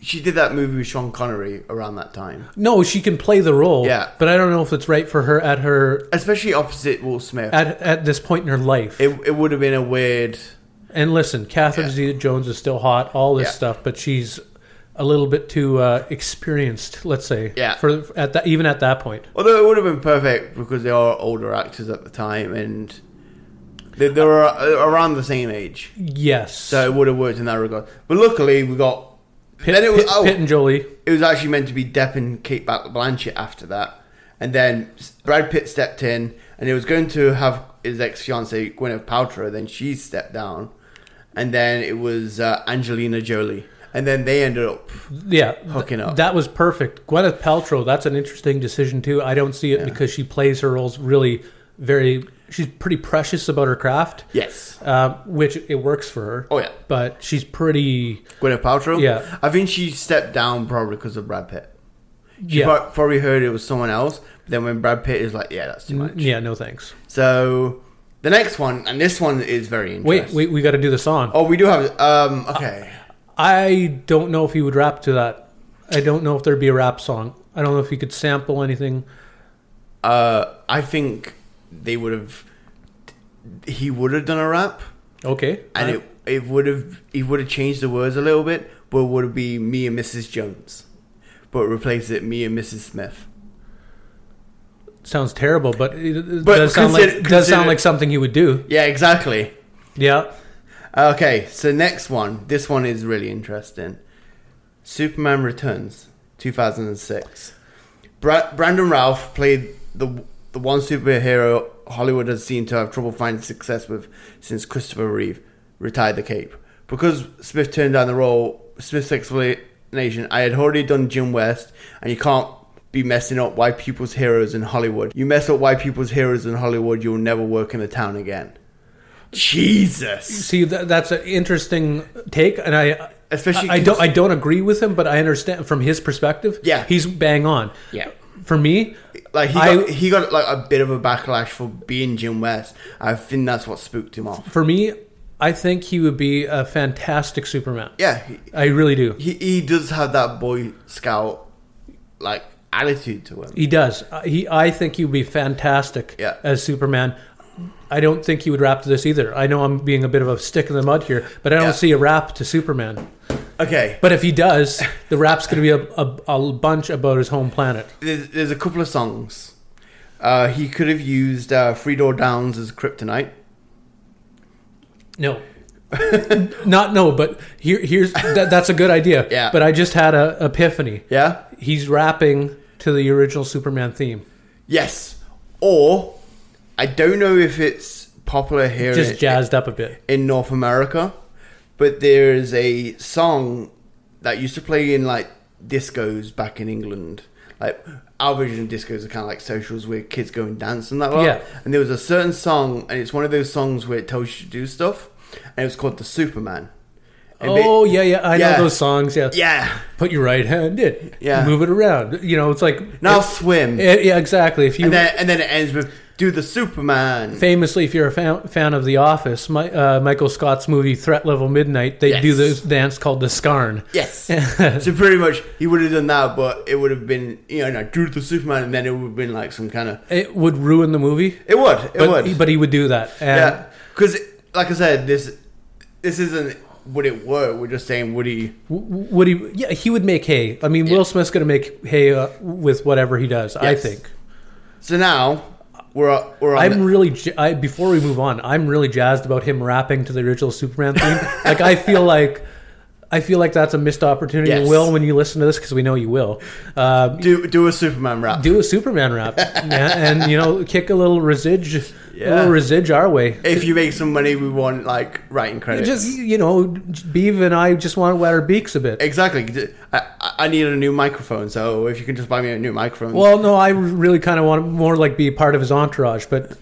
Speaker 1: She did that movie with Sean Connery around that time,
Speaker 2: No, she can play the role.
Speaker 1: Yeah.
Speaker 2: but I don't know if it's right for her at her
Speaker 1: especially opposite Will Smith.
Speaker 2: at at this point in her life.
Speaker 1: it it would have been a weird.
Speaker 2: And listen, Catherine Zeta-Jones is still hot, all this
Speaker 1: Yeah.
Speaker 2: stuff, but she's a little bit too uh, experienced, let's say.
Speaker 1: Yeah.
Speaker 2: For at that, even at that point,
Speaker 1: Although it would have been perfect because they are older actors at the time and they, they were uh, around the same age,
Speaker 2: yes.
Speaker 1: so it would have worked in that regard. But luckily, we got.
Speaker 2: Pitt,
Speaker 1: then it was
Speaker 2: Pitt-
Speaker 1: oh,
Speaker 2: Pitt and Jolie.
Speaker 1: it was actually meant to be Depp and Kate Blan- Blanchett after that, and then Brad Pitt stepped in, and it was going to have his ex fiancee Gwyneth Paltrow. Then she stepped down, and then it was uh, Angelina Jolie, and then they ended up.
Speaker 2: Yeah,
Speaker 1: Hooking up.
Speaker 2: That was perfect. Gwyneth Paltrow. That's an interesting decision too. I don't see it because she plays her roles really very. She's pretty precious about her craft.
Speaker 1: Yes,
Speaker 2: Um, which it works for her.
Speaker 1: Oh, yeah.
Speaker 2: but she's pretty.
Speaker 1: Gwyneth Paltrow.
Speaker 2: Yeah.
Speaker 1: I think she stepped down probably because of Brad Pitt. She
Speaker 2: yeah,
Speaker 1: pro- probably heard it was someone else, but then when Brad Pitt is like, "Yeah, that's too much."
Speaker 2: Mm, yeah. No thanks.
Speaker 1: So the next one, and this one is very
Speaker 2: Wait,
Speaker 1: interesting.
Speaker 2: wait. We got to do the song.
Speaker 1: Oh, we do have. Um, okay.
Speaker 2: I don't know if he would rap to that. I don't know if there'd be a rap song. I don't know if he could sample anything.
Speaker 1: Uh, I think they would have. He would have done a rap,
Speaker 2: Okay.
Speaker 1: and
Speaker 2: I-
Speaker 1: it it would have he would have changed the words a little bit, but would it be me and Mrs. Jones, but replace it me and Mrs. Smith.
Speaker 2: sounds terrible, but it, it
Speaker 1: But
Speaker 2: does sound like
Speaker 1: consider-
Speaker 2: does sound
Speaker 1: consider-
Speaker 2: like something he would do.
Speaker 1: Yeah, exactly.
Speaker 2: Yeah.
Speaker 1: Okay, so next one. This one is really interesting. Superman Returns, two thousand and six. Bra- Brandon Ralph played the the one superhero Hollywood has seemed to have trouble finding success with since Christopher Reeve retired the cape. Because Smith turned down the role, Smith's explanation: "I had already done Jim West, and you can't." Be messing up white people's heroes in Hollywood. You mess up white people's heroes in Hollywood, you'll never work in the town again. Jesus.
Speaker 2: See, that, that's an interesting take, and I
Speaker 1: Especially
Speaker 2: I, I don't I don't agree with him, but I understand from his perspective.
Speaker 1: Yeah.
Speaker 2: he's bang on.
Speaker 1: Yeah.
Speaker 2: For me,
Speaker 1: Like he
Speaker 2: I-
Speaker 1: got, he got like a bit of a backlash for being Jim West. I think that's what spooked him off.
Speaker 2: for me, I think he would be a fantastic Superman.
Speaker 1: Yeah, he,
Speaker 2: I really do.
Speaker 1: he, he does have that boy scout like attitude to him.
Speaker 2: He does. Uh, He, I think he would be fantastic
Speaker 1: Yeah.
Speaker 2: as Superman. I don't think he would rap to this either. I know I'm being a bit of a stick in the mud here, but I don't
Speaker 1: Yeah.
Speaker 2: see a rap to Superman.
Speaker 1: Okay,
Speaker 2: But if he does, the rap's going to be a, a, a bunch about his home planet.
Speaker 1: there's, there's a couple of songs. Uh, he could have used uh, Three Door Downs as Kryptonite.
Speaker 2: No. Not no, but here, here's that, that's a good idea.
Speaker 1: Yeah.
Speaker 2: But I just had a epiphany.
Speaker 1: Yeah.
Speaker 2: He's rapping to the original Superman theme.
Speaker 1: Yes. Or I don't know if it's popular here.
Speaker 2: Just
Speaker 1: in-
Speaker 2: jazzed up a bit.
Speaker 1: in North America, but there is a song that used to play in like discos back in England. Like our version of discos are kind of like socials where kids go and dance and that. lot.
Speaker 2: Yeah.
Speaker 1: And there was a certain song, and it's one of those songs where it tells you to do stuff, and it was called the Superman. And
Speaker 2: Oh yeah, yeah. I
Speaker 1: Yeah.
Speaker 2: know those songs. Yeah.
Speaker 1: they- yeah.
Speaker 2: Put your right hand in.
Speaker 1: Yeah.
Speaker 2: Move it around. You know, it's like
Speaker 1: Now
Speaker 2: it's-
Speaker 1: swim,
Speaker 2: Yeah, yeah, exactly. If you
Speaker 1: and then and then it ends with do the Superman.
Speaker 2: famously, if you're a fan, fan of The Office, my, uh, Michael Scott's movie Threat Level Midnight, they
Speaker 1: Yes.
Speaker 2: do this dance called the Scarn.
Speaker 1: Yes. so pretty much he would have done that, but it would have been you know no, do the Superman, and then it would have been like some kind of
Speaker 2: It would ruin the movie,
Speaker 1: it would it
Speaker 2: but
Speaker 1: would
Speaker 2: he, but he would do that. And
Speaker 1: Yeah, because like I said, this this isn't would it work. We're just saying would he?
Speaker 2: w- would he? Yeah, he would make hay. I mean, Will Smith's going to make hay uh, with whatever he does. I
Speaker 1: Yes.
Speaker 2: think.
Speaker 1: So now we're we're on.
Speaker 2: I'm
Speaker 1: the-
Speaker 2: really. j- I, before we move on, I'm really jazzed about him rapping to the original Superman theme. like I feel like. I feel like that's a missed opportunity.
Speaker 1: Yes.
Speaker 2: Will, when you listen to this, because we know you will, uh,
Speaker 1: Do do a Superman rap.
Speaker 2: do a Superman rap, man, and you know, kick a little residge, a
Speaker 1: Yeah.
Speaker 2: little residge our way.
Speaker 1: if you make some money, we want like writing credits.
Speaker 2: Just you know, Beav and I just want to wet our beaks a bit.
Speaker 1: exactly. I, I- I need a new microphone, so if you can just buy me a new microphone.
Speaker 2: Well, no, I really kind of want to more like be part of his entourage, but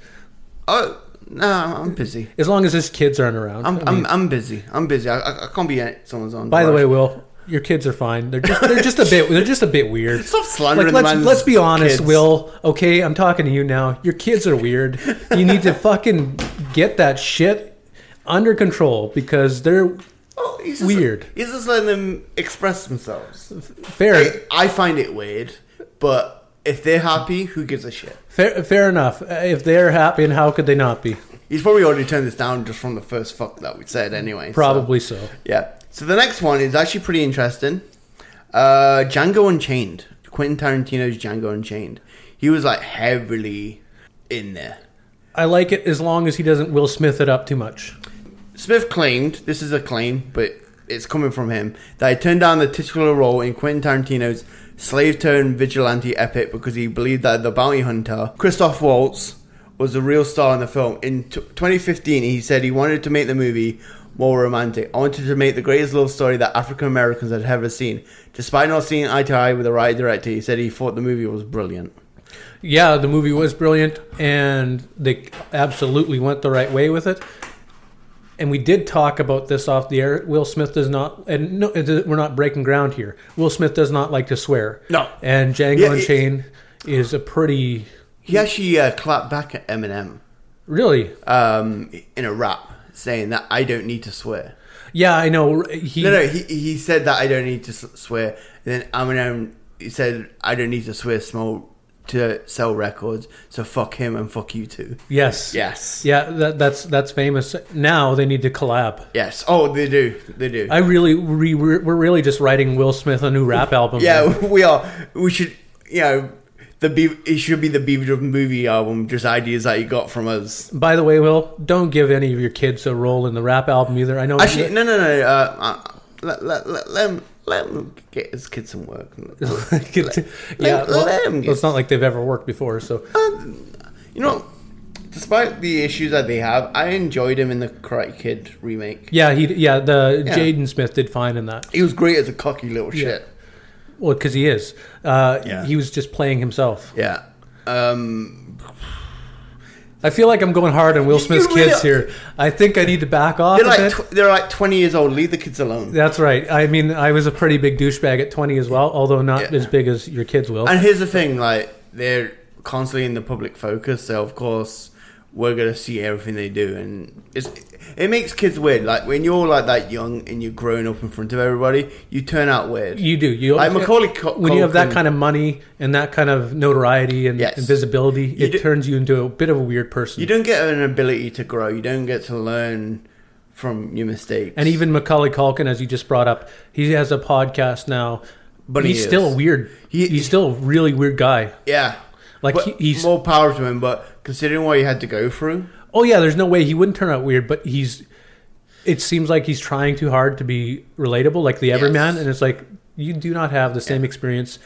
Speaker 1: oh no, I'm busy.
Speaker 2: as long as his kids aren't around.
Speaker 1: I'm
Speaker 2: I
Speaker 1: I'm,
Speaker 2: mean,
Speaker 1: I'm busy. I'm busy. I, I, I can't be at someone's on.
Speaker 2: by the way, Will, your kids are fine. They're just they're just a bit they're just a bit weird.
Speaker 1: Stop slandering the
Speaker 2: Like, let's
Speaker 1: man's
Speaker 2: let's be honest,
Speaker 1: kids.
Speaker 2: Will. Okay, I'm talking to you now. Your kids are weird. You need to fucking get that shit under control because they're
Speaker 1: Oh, he's just,
Speaker 2: Weird.
Speaker 1: He's just letting them express themselves.
Speaker 2: fair.
Speaker 1: I find it weird, but if they're happy, who gives a shit?
Speaker 2: Fair, fair enough. Uh, If they're happy, and how could they not be?
Speaker 1: He's probably already turned this down just from the first fuck that we said, anyway. so-
Speaker 2: Probably so.
Speaker 1: Yeah. So the next one is actually pretty interesting. Uh, Django Unchained. Quentin Tarantino's Django Unchained. He was like heavily in there.
Speaker 2: I like it as long as he doesn't Will Smith it up too much.
Speaker 1: Smith claimed, this is a claim, but it's coming from him, that he turned down the titular role in Quentin Tarantino's slave turned vigilante epic because he believed that the bounty hunter, Christoph Waltz, was the real star in the film. In t- 2015, he said he wanted to make the movie more romantic. I wanted to make the greatest love story that African Americans had ever seen. Despite not seeing eye to eye with the right director, he said he thought the movie was brilliant.
Speaker 2: yeah, the movie was brilliant, and they absolutely went the right way with it. And we did talk about this off the air. Will Smith does not, and no, it- we're not breaking ground here. Will Smith does not like to swear.
Speaker 1: No.
Speaker 2: And Django
Speaker 1: Yeah, it-
Speaker 2: Unchained is a pretty,
Speaker 1: He actually uh, clapped back at Eminem
Speaker 2: really,
Speaker 1: um, in a rap, saying that I don't need to swear.
Speaker 2: yeah, I know. He,
Speaker 1: No, no, he, he said that I don't need to s- swear. And then Eminem he said I don't need to swear small to sell records. So fuck him and fuck you too.
Speaker 2: yes,
Speaker 1: Yes.
Speaker 2: yeah. That, that's that's famous. Now they need to collab.
Speaker 1: Yes. Oh, they do. They do.
Speaker 2: I really, we, we're we're really just writing Will Smith a new rap album.
Speaker 1: yeah, we are. We should. You know, the be- it should be the Beaver movie album. Just ideas that you got from us.
Speaker 2: By the way, Will, don't give any of your kids a role in the rap album either. I know.
Speaker 1: Actually, no, no, no. Uh, uh, let, let, let, let him. Let him get his kids some work.
Speaker 2: yeah, well,
Speaker 1: them get-
Speaker 2: it's not like they've ever worked before. So
Speaker 1: You know, despite the issues that they have, I enjoyed him in the Karate Kid remake.
Speaker 2: yeah, he yeah the
Speaker 1: Yeah.
Speaker 2: Jaden Smith did fine in that.
Speaker 1: He was great as a cocky little shit.
Speaker 2: Well, because he is, uh,
Speaker 1: Yeah.
Speaker 2: he was just playing himself.
Speaker 1: Yeah. Um,
Speaker 2: I feel like I'm going hard on Will
Speaker 1: you
Speaker 2: Smith's
Speaker 1: really
Speaker 2: kids
Speaker 1: are-
Speaker 2: here. I think I need to back off
Speaker 1: they're
Speaker 2: a bit.
Speaker 1: like tw- they're like twenty years old. Leave the kids alone.
Speaker 2: That's right. I mean, I was a pretty big douchebag at 20 as well, although not
Speaker 1: Yeah.
Speaker 2: as big as your kids will.
Speaker 1: And here's the thing: like they're constantly in the public focus, so of course we're gonna see everything they do, and it's it makes kids weird. Like when you're like that young and you're growing up in front of everybody, you turn out weird.
Speaker 2: you do. You
Speaker 1: Like Macaulay Cul-
Speaker 2: when you have that
Speaker 1: Culkin.
Speaker 2: kind of money and that kind of notoriety and,
Speaker 1: Yes.
Speaker 2: and visibility, it
Speaker 1: do-
Speaker 2: turns you into a bit of a weird person.
Speaker 1: you don't get an ability to grow. You don't get to learn from your mistakes.
Speaker 2: And even Macaulay Culkin, as you just brought up, he has a podcast now.
Speaker 1: But
Speaker 2: But
Speaker 1: he
Speaker 2: he's
Speaker 1: is.
Speaker 2: still weird.
Speaker 1: He-
Speaker 2: he's still a really weird guy.
Speaker 1: yeah,
Speaker 2: Like,
Speaker 1: But
Speaker 2: he- he's-
Speaker 1: more power to him. But considering what he had to go through,
Speaker 2: Oh yeah, there's no way he wouldn't turn out weird. But he's. It seems like he's trying too hard to be relatable, like the Everyman, and it's like you do not have the same experience.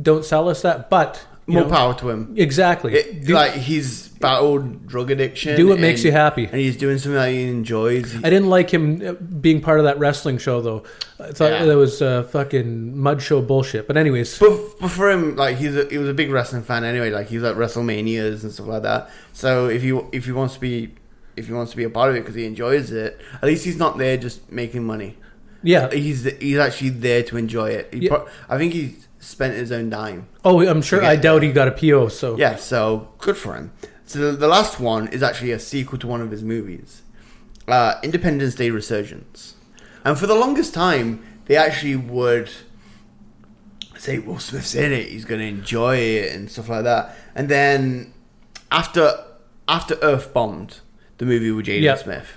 Speaker 2: Don't sell us that. But you
Speaker 1: more
Speaker 2: know,
Speaker 1: power to him.
Speaker 2: Exactly.
Speaker 1: It,
Speaker 2: Do-
Speaker 1: like he's battled drug addiction.
Speaker 2: Do what makes
Speaker 1: and-
Speaker 2: you happy.
Speaker 1: and he's doing something that he enjoys.
Speaker 2: I didn't like him uh, being part of that wrestling show though. I thought
Speaker 1: Yeah.
Speaker 2: that was uh, fucking mud show bullshit. But anyways,
Speaker 1: But, but for him, like he's a, he was a big wrestling fan anyway. Like he's at WrestleManias and stuff like that. So if you if he wants to be if he wants to be a part of it because he enjoys it, at least he's not there just making money.
Speaker 2: yeah.
Speaker 1: He's he's actually there to enjoy it. He
Speaker 2: Yeah.
Speaker 1: pro- I think he spent his own dime.
Speaker 2: Oh, I'm sure. I doubt he got a PO. So
Speaker 1: Yeah, so good for him. So the, the last one is actually a sequel to one of his movies, uh, Independence Day Resurgence. And for the longest time, they actually would say Will Smith's in it, he's going to enjoy it and stuff like that. And then after after Earth bombed, the movie with Jaden
Speaker 2: Yeah.
Speaker 1: Smith,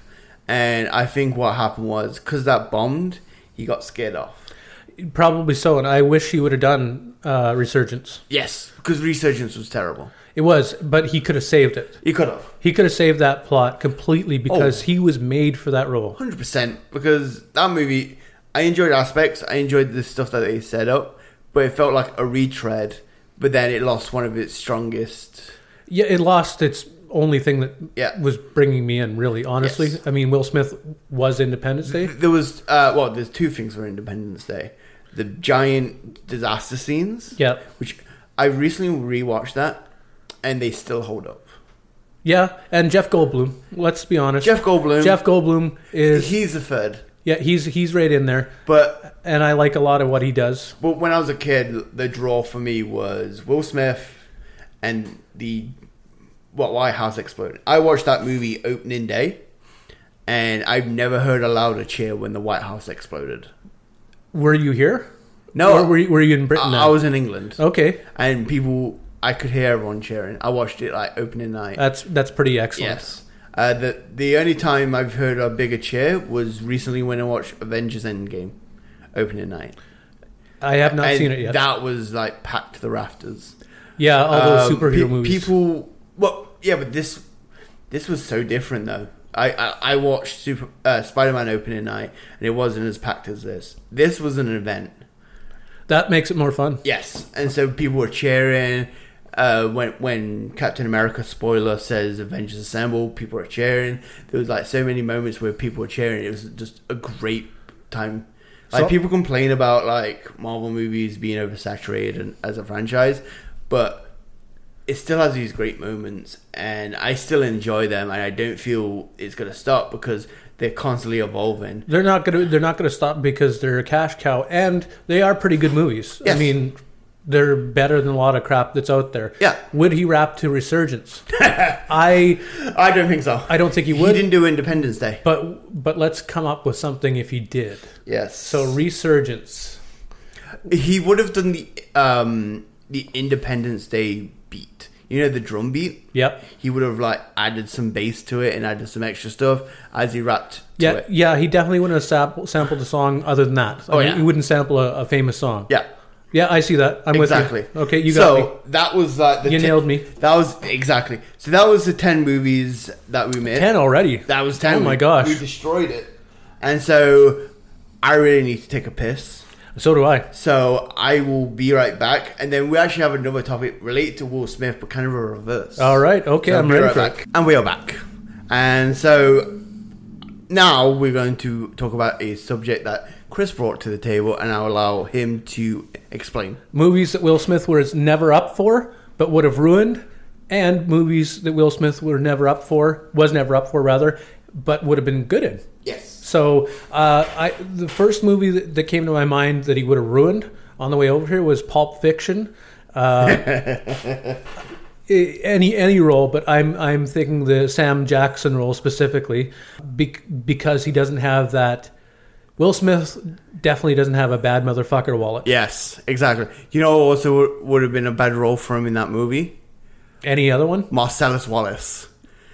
Speaker 1: and I think what happened was because that bombed, he got scared off.
Speaker 2: Probably so, and I wish he would have done uh, Resurgence.
Speaker 1: Yes, because Resurgence was terrible.
Speaker 2: It was, but he could have saved it.
Speaker 1: He could have.
Speaker 2: He could have saved that plot completely because
Speaker 1: Oh.
Speaker 2: he was made for that role.
Speaker 1: Hundred percent, because that movie, I enjoyed aspects. I enjoyed the stuff that they set up, but it felt like a retread. But then it lost one of its strongest.
Speaker 2: Yeah, it lost its only thing that
Speaker 1: Yeah.
Speaker 2: was bringing me in. Really, honestly,
Speaker 1: Yes.
Speaker 2: I mean, Will Smith was Independence Day.
Speaker 1: There was uh, well, there's two things for Independence Day: the giant disaster scenes.
Speaker 2: Yeah.
Speaker 1: which I recently rewatched that, and they still hold up.
Speaker 2: Yeah, and Jeff Goldblum. Let's be honest.
Speaker 1: Jeff Goldblum.
Speaker 2: Jeff Goldblum is
Speaker 1: He's the third,
Speaker 2: yeah, he's he's right in there,
Speaker 1: but
Speaker 2: and I like a lot of what he does.
Speaker 1: But when I was a kid, the draw for me was Will Smith and the what White House exploded. I watched that movie opening day, and I've never heard a louder cheer when the White House exploded.
Speaker 2: Were you here?
Speaker 1: No.
Speaker 2: or were you, were you in Britain? then? Oh.
Speaker 1: I, I was in England,
Speaker 2: okay.
Speaker 1: and people, I could hear everyone cheering. I watched it like opening night.
Speaker 2: That's Uh, that's pretty excellent.
Speaker 1: yes. Uh, the the only time I've heard a bigger cheer was recently when I watched Avengers Endgame opening night.
Speaker 2: I have not
Speaker 1: And
Speaker 2: seen it yet.
Speaker 1: That was like packed to the rafters.
Speaker 2: yeah, all those
Speaker 1: Um,
Speaker 2: superhero
Speaker 1: pe-
Speaker 2: movies.
Speaker 1: People, well, yeah, but this this was so different though. I I, I watched Super uh, Spider Man opening night, and it wasn't as packed as this. This was an event,
Speaker 2: that makes it more fun.
Speaker 1: yes, and so people were cheering. Uh, when when Captain America spoiler says Avengers Assemble, people are cheering. There was like so many moments where people were cheering. It was just a great time. Like
Speaker 2: So-
Speaker 1: people complain about like Marvel movies being oversaturated and, as a franchise, but it still has these great moments and I still enjoy them and I don't feel it's gonna stop because they're constantly evolving.
Speaker 2: They're not gonna they're not gonna stop because they're a cash cow, and they are pretty good movies.
Speaker 1: Yes.
Speaker 2: I mean, they're better than a lot of crap that's out there.
Speaker 1: Yeah.
Speaker 2: Would he rap to Resurgence? I
Speaker 1: I don't think so.
Speaker 2: I don't think he
Speaker 1: He
Speaker 2: would.
Speaker 1: didn't do Independence Day.
Speaker 2: but but let's come up with something if he did.
Speaker 1: Yes.
Speaker 2: So Resurgence.
Speaker 1: he would have done the um the Independence Day beat. You know the drum beat?
Speaker 2: Yep.
Speaker 1: He would have like added some bass to it and added some extra stuff as he rapped to
Speaker 2: Yeah,
Speaker 1: it.
Speaker 2: yeah, he definitely wouldn't have sampled, sampled a song other than that. I
Speaker 1: Oh,
Speaker 2: mean,
Speaker 1: yeah.
Speaker 2: He wouldn't sample a, a famous song.
Speaker 1: Yeah.
Speaker 2: Yeah, I see that. I'm
Speaker 1: exactly.
Speaker 2: with you. Okay, you got
Speaker 1: so that was like the
Speaker 2: You nailed me.
Speaker 1: That was exactly. So that was the ten movies that we made.
Speaker 2: me. 10 already.
Speaker 1: That was ten.
Speaker 2: Oh my
Speaker 1: We-
Speaker 2: gosh.
Speaker 1: we destroyed it. And so I really need to take a piss.
Speaker 2: So do I.
Speaker 1: So I will be right back, and then we actually have another topic related to Will Smith, but kind of a reverse.
Speaker 2: All right, okay,
Speaker 1: So
Speaker 2: I'm
Speaker 1: be
Speaker 2: ready
Speaker 1: right
Speaker 2: for
Speaker 1: back.
Speaker 2: it.
Speaker 1: And we are back. And so now we're going to talk about a subject that Chris brought to the table, and I'll allow him to explain.
Speaker 2: Movies that Will Smith was never up for, but would have ruined, and movies that Will Smith were never up for, was never up for rather, but would have been good in.
Speaker 1: Yes.
Speaker 2: So uh, I, the first movie that, that came to my mind that he would have ruined on the way over here was Pulp Fiction. Uh, any any role, but I'm I'm thinking the Sam Jackson role specifically, bec- because he doesn't have that. Will Smith definitely doesn't have a bad motherfucker wallet.
Speaker 1: Yes, exactly. You know, what also would- would have been a bad role for him in that movie,
Speaker 2: Any other one?
Speaker 1: Marcellus Wallace.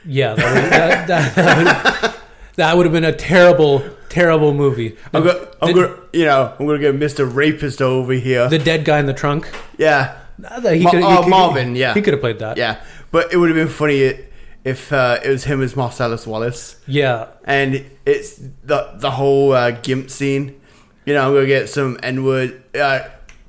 Speaker 2: Yeah, that would, that, that, that would have been a terrible terrible movie. The,
Speaker 1: I'm gonna, I'm
Speaker 2: the-
Speaker 1: gonna, you know, I'm gonna get Mr. Rapist over here.
Speaker 2: the dead guy in the trunk.
Speaker 1: yeah,
Speaker 2: Uh, that He
Speaker 1: Ma-
Speaker 2: coulda- he
Speaker 1: oh,
Speaker 2: coulda-
Speaker 1: Marvin, yeah.
Speaker 2: he could have played that.
Speaker 1: yeah. But it would have been funny i- if uh, it was him as Marcellus Wallace.
Speaker 2: yeah.
Speaker 1: and it's the the whole uh, gimp scene. You know, I'm gonna get some n word uh,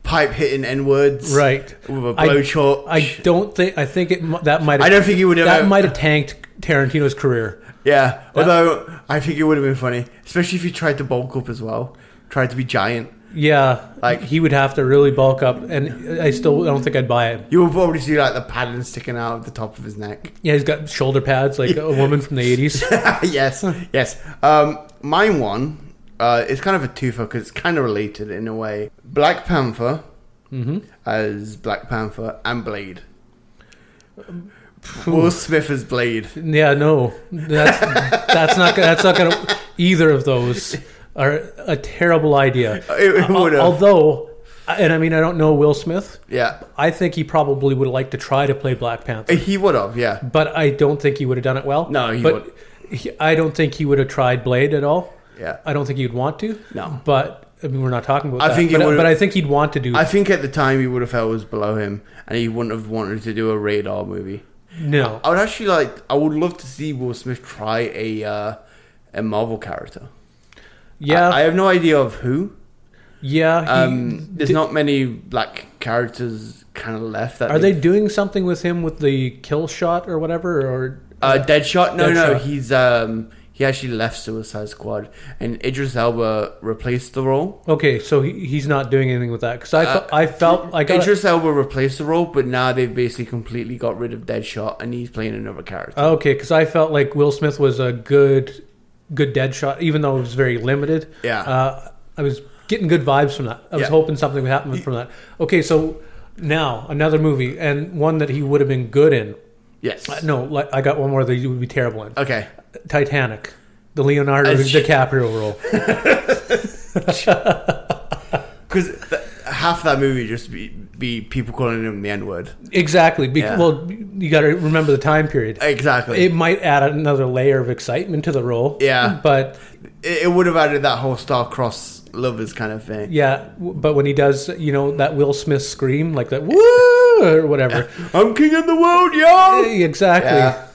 Speaker 1: pipe hitting n words,
Speaker 2: Right.
Speaker 1: With a
Speaker 2: I-
Speaker 1: blowtorch.
Speaker 2: I, don't think. I think it. mu- That might. have-
Speaker 1: I don't think he would have-
Speaker 2: That might have tanked Tarantino's career.
Speaker 1: yeah. Although I think it would have been funny, especially if he tried to bulk up as well, tried to be giant.
Speaker 2: Yeah,
Speaker 1: Like-
Speaker 2: he would have to really bulk up, and I still don't think I'd buy it.
Speaker 1: You will probably see like the padding sticking out of the top of his neck.
Speaker 2: Yeah, he's got shoulder pads like a woman from the eighties.
Speaker 1: yes, yes. Um, mine one uh, is kind of a twofer because it's kind of related in a way. Black Panther as Black Panther and Blade. Will Smith as Blade.
Speaker 2: yeah, no, that's that's not gonna- that's not gonna. Either of those are a terrible idea. Uh,
Speaker 1: It- it would've.
Speaker 2: Although, and I mean, I don't know Will Smith.
Speaker 1: Yeah, Uh,
Speaker 2: I think he probably would have liked to try to play Black Panther.
Speaker 1: he would have. Yeah,
Speaker 2: but I don't think he would have done it well.
Speaker 1: No, he
Speaker 2: but he- I don't think he would have tried Blade at all.
Speaker 1: Yeah.
Speaker 2: I don't think he'd want to.
Speaker 1: No.
Speaker 2: but I mean, we're not talking about.
Speaker 1: I
Speaker 2: that.
Speaker 1: think he
Speaker 2: but,
Speaker 1: would've-
Speaker 2: but I think he'd want to do.
Speaker 1: I think at the time he would have felt it was below him, and he wouldn't have wanted to do a radar movie.
Speaker 2: no,
Speaker 1: I would actually like. I would love to see Will Smith try a uh, a Marvel character.
Speaker 2: Yeah,
Speaker 1: I, I have no idea of who.
Speaker 2: yeah. he-
Speaker 1: Um, there's
Speaker 2: di-
Speaker 1: not many like characters kind of left. That
Speaker 2: are they doing something with him with the kill shot or whatever? Or
Speaker 1: Uh, Deadshot? No, no,
Speaker 2: Deadshot.
Speaker 1: he's um he actually left Suicide Squad, and Idris Elba replaced the role.
Speaker 2: okay, so he, he's not doing anything with that because I
Speaker 1: Uh,
Speaker 2: fe- I felt I got
Speaker 1: Idris Elba replaced the role, but now they've basically completely got rid of Deadshot, and he's playing another character.
Speaker 2: okay because I felt like Will Smith was a good good dead shot even though it was very limited.
Speaker 1: Yeah.
Speaker 2: uh, I was getting good vibes from that. I was
Speaker 1: Yeah.
Speaker 2: hoping something would happen from that. Okay, so now another movie and one that he would have been good in. Uh,
Speaker 1: yes.
Speaker 2: No, like, I got one more that he would be terrible in.
Speaker 1: Okay.
Speaker 2: Titanic, the Leonardo
Speaker 1: Uh, sh-
Speaker 2: DiCaprio role.
Speaker 1: Because th- half that movie just be, be people calling him the N word.
Speaker 2: Exactly. Be-
Speaker 1: Yeah.
Speaker 2: Well, you got to remember the time period.
Speaker 1: Exactly.
Speaker 2: It
Speaker 1: It,
Speaker 2: might add another layer of excitement to the role.
Speaker 1: Yeah.
Speaker 2: But
Speaker 1: it would have added that whole star-cross lovers kind of thing.
Speaker 2: yeah, w- but when he does, you know, that Will Smith scream, like that, woo, or whatever. Eh,
Speaker 1: I'm king of the world, yo.
Speaker 2: exactly.
Speaker 1: Yeah.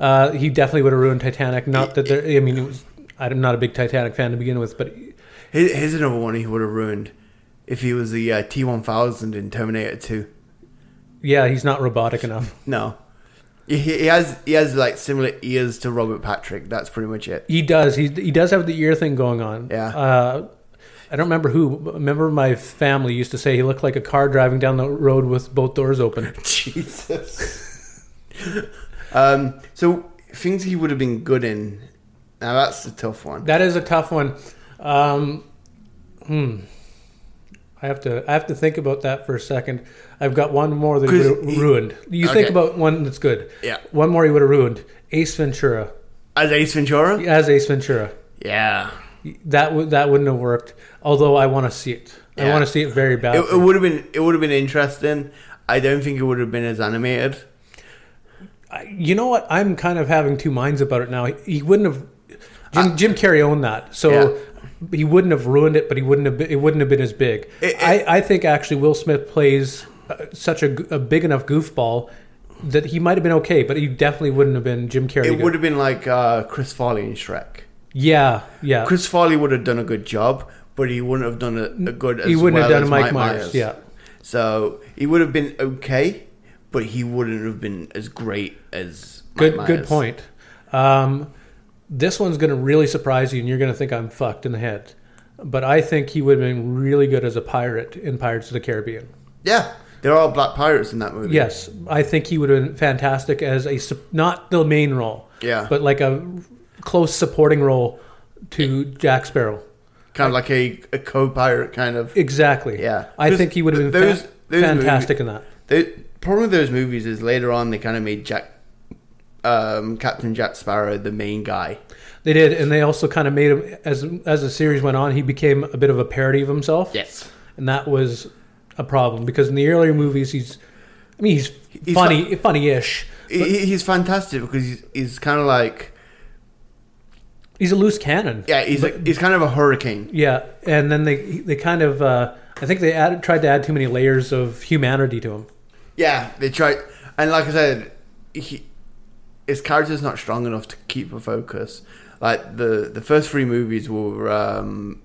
Speaker 2: Uh, he definitely would have ruined Titanic. Not that there, I mean, it was, I'm not a big Titanic fan to begin with, but
Speaker 1: Here- Here's another one he would have ruined if he was the uh, T1000 in Terminator 2.
Speaker 2: yeah, he's not robotic enough.
Speaker 1: No. He, he has he has like similar ears to Robert Patrick. That's pretty much it.
Speaker 2: He does. He he does have the ear thing going on.
Speaker 1: Yeah.
Speaker 2: Uh, I don't remember who. but I remember my family used to say he looked like a car driving down the road with both doors open.
Speaker 1: Jesus. um. So things he would have been good in. Now that's the tough one.
Speaker 2: That is a tough one. Um, hmm. I have to I have to think about that for a second. I've got one more that he
Speaker 1: 'Cause
Speaker 2: would have
Speaker 1: he-
Speaker 2: ruined. You think
Speaker 1: Okay.
Speaker 2: about one that's good.
Speaker 1: Yeah.
Speaker 2: One more he would have ruined. Ace Ventura
Speaker 1: As Ace Ventura. Yeah.
Speaker 2: as Ace Ventura. That would that wouldn't have worked. Although I want to see it. I
Speaker 1: Yeah.
Speaker 2: want to see it very badly.
Speaker 1: It, it would have been it would have been interesting. I don't think it would have been as animated.
Speaker 2: you know what? I'm kind of having two minds about it now. He, he wouldn't have. Jim, Jim Carrey owned that, so he wouldn't have ruined it, but he wouldn't have. Been, it wouldn't have been as big.
Speaker 1: It-
Speaker 2: I, I think actually Will Smith plays uh, such a, g- a big enough goofball that he might have been okay, but he definitely wouldn't have been Jim Carrey.
Speaker 1: It
Speaker 2: good.
Speaker 1: would have been like uh, Chris Farley in Shrek.
Speaker 2: Yeah, yeah.
Speaker 1: Chris Farley would have done a good job, but he wouldn't have done a, a good. As
Speaker 2: he wouldn't have
Speaker 1: well
Speaker 2: done
Speaker 1: as
Speaker 2: Mike Myers, yeah.
Speaker 1: So he would have been okay, but he wouldn't have been as great as.
Speaker 2: good.
Speaker 1: Mike
Speaker 2: Good
Speaker 1: Myers.
Speaker 2: point. Um, this one's going to really surprise you, and you're going to think I'm fucked in the head. But I think he would have been really good as a pirate in Pirates of the Caribbean.
Speaker 1: Yeah, there are black pirates in that movie.
Speaker 2: Yes, I think he would have been fantastic as a sup- not the main role,
Speaker 1: Yeah.
Speaker 2: but like a close supporting role to Jack Sparrow.
Speaker 1: kind of like a, a co-pirate kind of.
Speaker 2: Exactly.
Speaker 1: Yeah.
Speaker 2: I think he would have been
Speaker 1: Those-
Speaker 2: fa-
Speaker 1: those
Speaker 2: fantastic in that.
Speaker 1: The problem with those movies is later on they kind of made Jack, um, Captain Jack Sparrow the main guy.
Speaker 2: They did, and they also kind of made him as as the series went on. He became a bit of a parody of himself.
Speaker 1: Yes.
Speaker 2: and that was a problem because in the earlier movies, he's, I mean, he's,
Speaker 1: He's
Speaker 2: funny, funny-ish.
Speaker 1: He- he- he's fantastic because he's, he's kind of like
Speaker 2: He's a loose cannon.
Speaker 1: yeah he's he's kind of a hurricane.
Speaker 2: Yeah, and then they they kind of uh, I think they added, tried to add too many layers of humanity to him.
Speaker 1: Yeah, they try and like I said, he, his character's not strong enough to keep a focus. Like the the first three movies were um,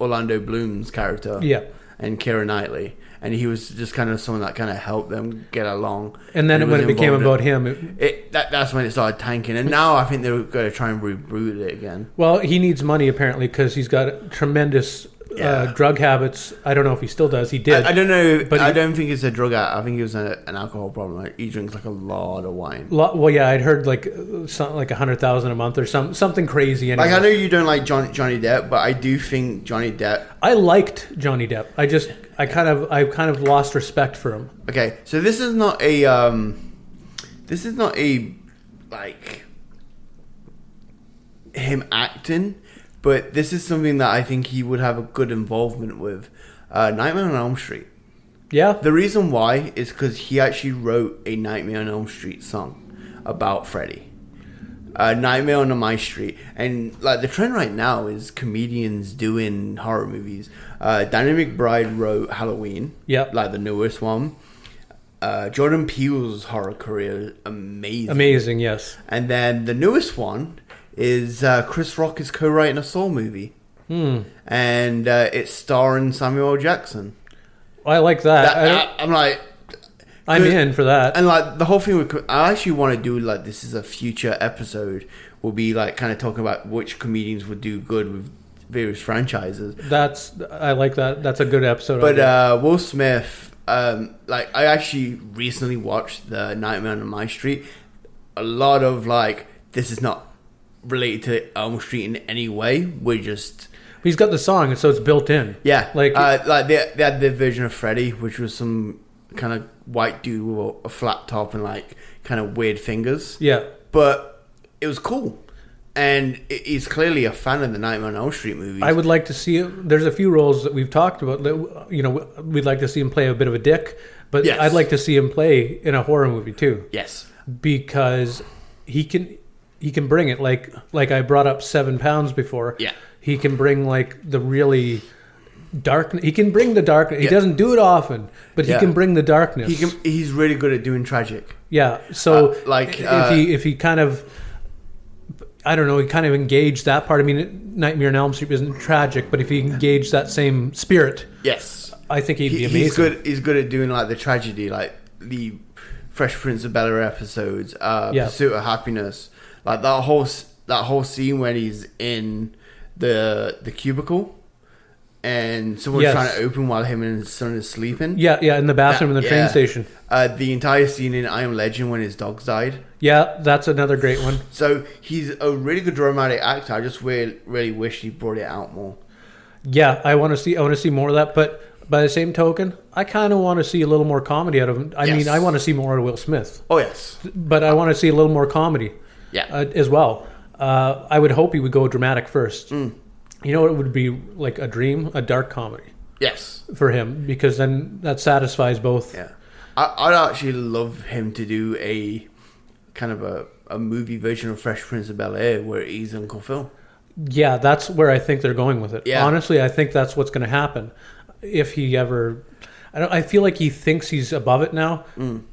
Speaker 1: Orlando Bloom's character.
Speaker 2: Yeah.
Speaker 1: and Kira Knightley, and he was just kind of someone that kind of helped them get along.
Speaker 2: And then
Speaker 1: he
Speaker 2: when
Speaker 1: was
Speaker 2: it became
Speaker 1: involved in-
Speaker 2: about him, it,
Speaker 1: It, that, that's when it started tanking, and now I think they're going to try and reboot it again.
Speaker 2: well, he needs money apparently because he's got tremendous uh,
Speaker 1: Yeah.
Speaker 2: drug habits. I don't know if he still does. He did.
Speaker 1: I, I don't know,
Speaker 2: But
Speaker 1: but I
Speaker 2: he-
Speaker 1: don't think it's a drug. Out. I think it was a, an alcohol problem. Like, he drinks like a lot of wine.
Speaker 2: Lo- well, yeah, I'd heard like uh, some, like a hundred thousand a month or some something crazy. Anyway.
Speaker 1: Like I know you don't like John, Johnny Depp, but I do think Johnny Depp.
Speaker 2: I liked Johnny Depp. I just I kind of I kind of lost respect for him.
Speaker 1: Okay, so this is not a um, this is not a like him acting, but this is something that I think he would have a good involvement with. Uh, Nightmare on Elm Street.
Speaker 2: Yeah,
Speaker 1: The reason why is because he actually wrote a Nightmare on Elm Street song about Freddy. Uh, Nightmare on My Street, and like the trend right now is comedians doing horror movies. Uh, Danny McBride wrote Halloween,
Speaker 2: Yep.
Speaker 1: like the newest one. Uh, Jordan Peele's horror career is amazing.
Speaker 2: amazing. Yes,
Speaker 1: And then the newest one is uh, Chris Rock is co-writing a Saw movie.
Speaker 2: Hmm.
Speaker 1: and uh, it's starring Samuel L. Jackson.
Speaker 2: I like that. I don't,
Speaker 1: I, am like,
Speaker 2: I'm in for that.
Speaker 1: and like the whole thing. With, co- I actually want to do like this is a future episode. Will be like kind of talking about which comedians would do good with various franchises.
Speaker 2: That's I like that. That's a good episode.
Speaker 1: But
Speaker 2: idea.
Speaker 1: uh, Will Smith, um, like I actually recently watched the Nightmare on My Street. A lot of like this is not related to Elm Street in any way. We're just
Speaker 2: he's got the song, and so it's built in.
Speaker 1: yeah,
Speaker 2: like
Speaker 1: uh, like they, they had their version of Freddy, which was some kind of white dude with a- a flat top and like kind of weird fingers.
Speaker 2: yeah,
Speaker 1: But it was cool, and i- he's clearly a fan of the Nightmare on Elm Street movies.
Speaker 2: I would like to see. There's a few roles that we've talked about that you know we'd like to see him play a bit of a dick, but
Speaker 1: Yes.
Speaker 2: I'd like to see him play in a horror movie too
Speaker 1: yes,
Speaker 2: because he can he can bring it like like I brought up seven pounds before.
Speaker 1: Yeah.
Speaker 2: he can bring like the really dark. He can bring the darkness. He
Speaker 1: Yeah.
Speaker 2: doesn't do it often, but
Speaker 1: Yeah.
Speaker 2: he can bring the darkness.
Speaker 1: he can. He's really good at doing tragic.
Speaker 2: Yeah. So
Speaker 1: Uh, like,
Speaker 2: if
Speaker 1: uh,
Speaker 2: he if he kind of I don't know, he kind of engaged that part. I mean, Nightmare on Elm Street isn't tragic, but if he engaged that same spirit,
Speaker 1: Yes,
Speaker 2: I think he'd be
Speaker 1: He-
Speaker 2: amazing.
Speaker 1: He's good. He's good at doing like the tragedy, like the Fresh Prince of Bel Air episodes, uh,
Speaker 2: Yeah.
Speaker 1: Pursuit of Happiness, like that whole s- that whole scene when he's in the the cubicle and someone's
Speaker 2: Yes.
Speaker 1: trying to open while him and his son is sleeping.
Speaker 2: Yeah, yeah, in the bathroom in the train
Speaker 1: Yeah.
Speaker 2: station.
Speaker 1: Uh, the entire scene in I Am Legend when his dogs died.
Speaker 2: Yeah, that's another great one.
Speaker 1: So he's a really good dramatic actor. I just really, really wish he brought it out more.
Speaker 2: Yeah, I want to see I want to see more of that, but by the same token, I kind of want to see a little more comedy out of him. I
Speaker 1: Yes.
Speaker 2: mean, I want to see more out of Will Smith,
Speaker 1: Oh yes,
Speaker 2: but I want to see a little more comedy.
Speaker 1: Yeah.
Speaker 2: uh, as well. Uh, I would hope he would go dramatic first.
Speaker 1: Mm.
Speaker 2: You know, it would be like a dream, a dark comedy.
Speaker 1: yes.
Speaker 2: for him because then that satisfies both.
Speaker 1: Yeah, I, I'd actually love him to do a kind of a, a movie version of Fresh Prince of Bel Air where he's Uncle Phil.
Speaker 2: Yeah, that's where I think they're going with it.
Speaker 1: Yeah.
Speaker 2: Honestly, I think that's what's going to happen if he ever. I don't. I feel like he thinks he's above it now,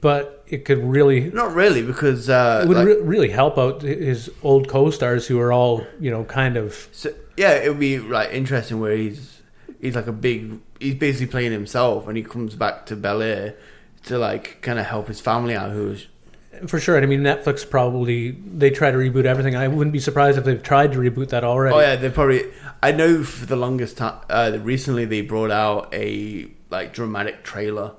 Speaker 2: but it could really.
Speaker 1: Not really, because uh,
Speaker 2: It would
Speaker 1: Mm. like-
Speaker 2: re- really help out his old co-stars who are all you know kind of
Speaker 1: so, yeah, it would be like interesting where he's he's like a big he's basically playing himself and he comes back to Bel Air to like kind of help his family out. Who's
Speaker 2: for sure. I mean, Netflix probably they try to reboot everything. I wouldn't be surprised if they've tried to reboot that already.
Speaker 1: oh yeah, they probably I know for the longest time uh, recently they brought out a like dramatic trailer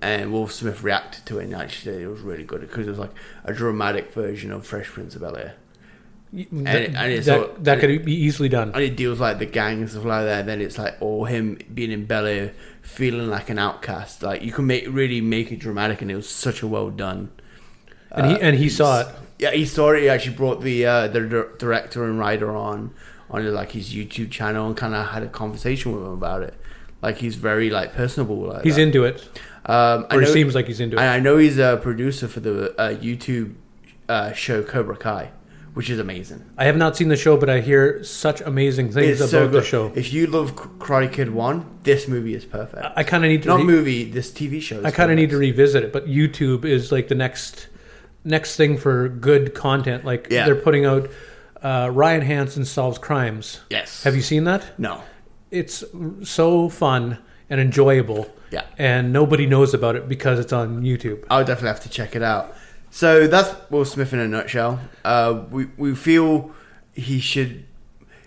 Speaker 1: and Will Smith reacted to it, and actually it was really good because it was like a dramatic version of Fresh Prince of Bel Air,
Speaker 2: That,
Speaker 1: and it's
Speaker 2: that-
Speaker 1: all-
Speaker 2: that could be easily done.
Speaker 1: and it deals like the gang and stuff like that. And then it's like all him being in Bel Air, feeling like an outcast. Like you can make really make it dramatic, and it was such a well done.
Speaker 2: and
Speaker 1: uh,
Speaker 2: he and he saw it.
Speaker 1: Yeah, he saw it. He actually brought the uh, the dir- director and writer on on like his YouTube channel and kind of had a conversation with him about it. Like he's very like personable. Like
Speaker 2: He's
Speaker 1: that.
Speaker 2: into it,
Speaker 1: Um, I
Speaker 2: or
Speaker 1: know-
Speaker 2: he seems like he's into it.
Speaker 1: And I know he's a producer for the uh, YouTube uh, show Cobra Kai, which is amazing.
Speaker 2: I have not seen the show, but I hear such amazing
Speaker 1: It's
Speaker 2: things about
Speaker 1: so good.
Speaker 2: the show.
Speaker 1: If you love Karate Kid One, this movie is perfect.
Speaker 2: I kind of need to.
Speaker 1: Not
Speaker 2: Re-
Speaker 1: movie, this TV show. is
Speaker 2: I kind
Speaker 1: perfect.
Speaker 2: of need to revisit it, but YouTube is like the next next thing for good content. Like
Speaker 1: Yeah.
Speaker 2: they're putting out uh, Ryan Hansen solves crimes.
Speaker 1: Yes.
Speaker 2: Have you seen that?
Speaker 1: No.
Speaker 2: It's so fun and enjoyable.
Speaker 1: Yeah.
Speaker 2: And nobody knows about it because it's on YouTube.
Speaker 1: I'll definitely have to check it out. So that's Will Smith in a nutshell. Uh, we we feel he should.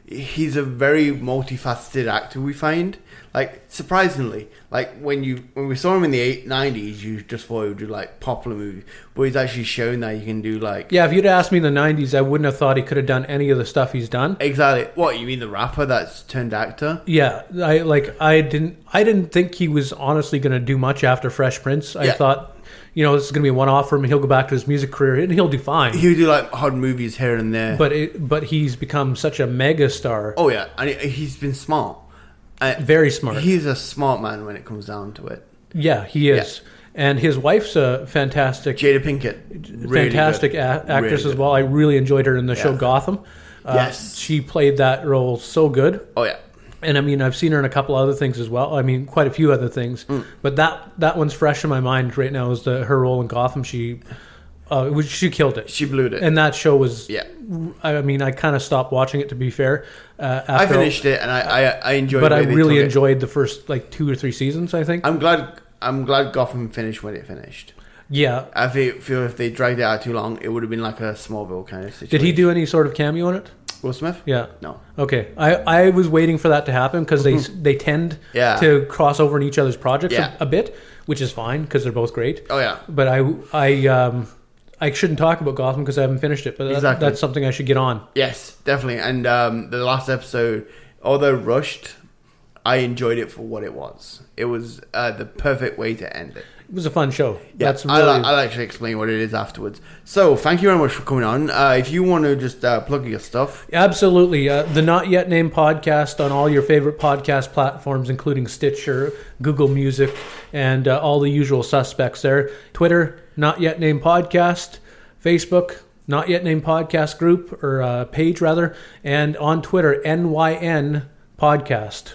Speaker 1: He's a very multifaceted actor. We find like surprisingly, like when you when we saw him in the eight nineties, you just thought he would do like popular movies, but he's actually shown that you can do like
Speaker 2: Yeah, if you'd asked me in the '90s, I wouldn't have thought he could have done any of the stuff he's done.
Speaker 1: exactly what you mean the rapper that's turned actor.
Speaker 2: Yeah, I like I didn't I didn't think he was honestly going to do much after Fresh Prince. I
Speaker 1: Yeah.
Speaker 2: thought, you know, this is going to be a one off for him. He'll go back to his music career and he'll do fine.
Speaker 1: He would do like odd movies here and there.
Speaker 2: but it, but he's become such a mega star.
Speaker 1: oh yeah, and he- he's been smart. Uh,
Speaker 2: Very smart.
Speaker 1: He's a smart man when it comes down to it.
Speaker 2: yeah, he is. And his wife's a fantastic
Speaker 1: Jada Pinkett, really good.
Speaker 2: fantastic a- actress
Speaker 1: Really
Speaker 2: as
Speaker 1: good.
Speaker 2: well. I really enjoyed her in the show
Speaker 1: Yeah.
Speaker 2: Gotham. Uh,
Speaker 1: Yes.
Speaker 2: she played that role so good.
Speaker 1: Oh yeah,
Speaker 2: and I mean I've seen her in a couple other things as well. I mean quite a few
Speaker 1: Hmm.
Speaker 2: other things, but that that one's fresh in my mind right now. Is the her role in Gotham? She Uh, it was- she killed it.
Speaker 1: She blew it.
Speaker 2: and that show was.
Speaker 1: Yeah.
Speaker 2: I I mean, I kind of stopped watching it to be fair. Uh, after
Speaker 1: I finished it, and I I, I enjoyed.
Speaker 2: but
Speaker 1: the
Speaker 2: I
Speaker 1: way they
Speaker 2: really
Speaker 1: took it.
Speaker 2: enjoyed the first like two or three seasons. I think.
Speaker 1: I'm glad. I'm glad Gotham finished when it finished.
Speaker 2: yeah.
Speaker 1: I feel, feel if they dragged it out too long, it would have been like a Smallville kind of situation.
Speaker 2: Did he do any sort of cameo in it?
Speaker 1: Will Smith?
Speaker 2: Yeah.
Speaker 1: No. Mm-hmm.
Speaker 2: Okay. I, I was waiting for that to happen because they they tend
Speaker 1: Yeah.
Speaker 2: to cross over in each other's projects
Speaker 1: Yeah.
Speaker 2: a, a bit, which is fine because they're both great.
Speaker 1: Oh yeah.
Speaker 2: But I I um I shouldn't talk about Gotham because I haven't finished it. But that,
Speaker 1: Exactly.
Speaker 2: that's something I should get on.
Speaker 1: Yes, definitely. And um, the last episode, although rushed, I enjoyed it for what it was. It was uh, the perfect way to end it.
Speaker 2: It was a fun show.
Speaker 1: Yeah,
Speaker 2: that's really,
Speaker 1: I'll, I'll actually explain what it is afterwards. So, thank you very much for coming on. Uh, if you want to just uh, plug your stuff,
Speaker 2: Absolutely. Uh, the Not Yet Named podcast on all your favorite podcast platforms, including Stitcher, Google Music, and uh, all the usual suspects there. Twitter, Not Yet Named Podcast. Facebook, Not Yet Named Podcast group, or uh, page rather. And on Twitter, NYN Podcast.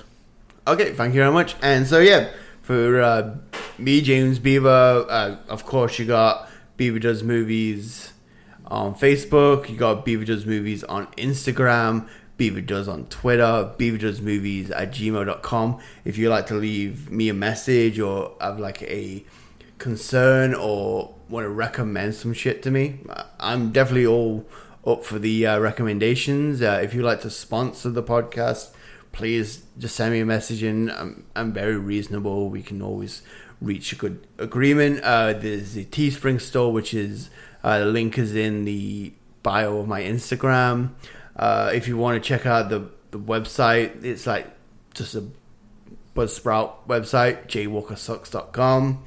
Speaker 1: Okay, thank you very much. And so yeah, for uh, me, James Beaver, uh, of course you got Beaver Does Movies on Facebook. You got Beaver Does Movies on Instagram. Beaver Does on Twitter. Beaver Does Movies at gmail.com. If you like to leave me a message or have like a concern or want to recommend some shit to me, I- I'm definitely all up for the uh, recommendations. Uh, if you like to sponsor the podcast please just send me a message in. I'm, I'm very reasonable. We can always reach a good agreement. Uh, there's the Teespring store, which is uh, the link is in the bio of my Instagram. Uh, if you want to check out the, the website, it's like just a Buzzsprout website, jwalkersucks.com.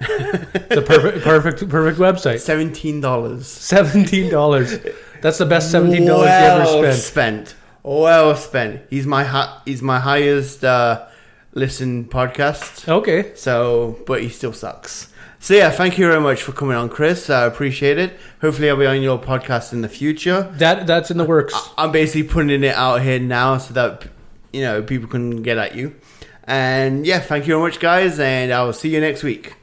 Speaker 2: It's a perfect, perfect, perfect website.
Speaker 1: $17.
Speaker 2: Seventeen dollars. That's the best seventeen dollars you ever spent.
Speaker 1: spent. Well spent. He's my hi- he's my highest uh, listened podcast.
Speaker 2: Okay.
Speaker 1: So, but he still sucks. So yeah, thank you very much for coming on, Chris. I appreciate it. Hopefully, I'll be on your podcast in the future.
Speaker 2: That that's in the works.
Speaker 1: I'm basically putting it out here now so that you know people can get at you. And yeah, thank you very much, guys, and I will see you next week.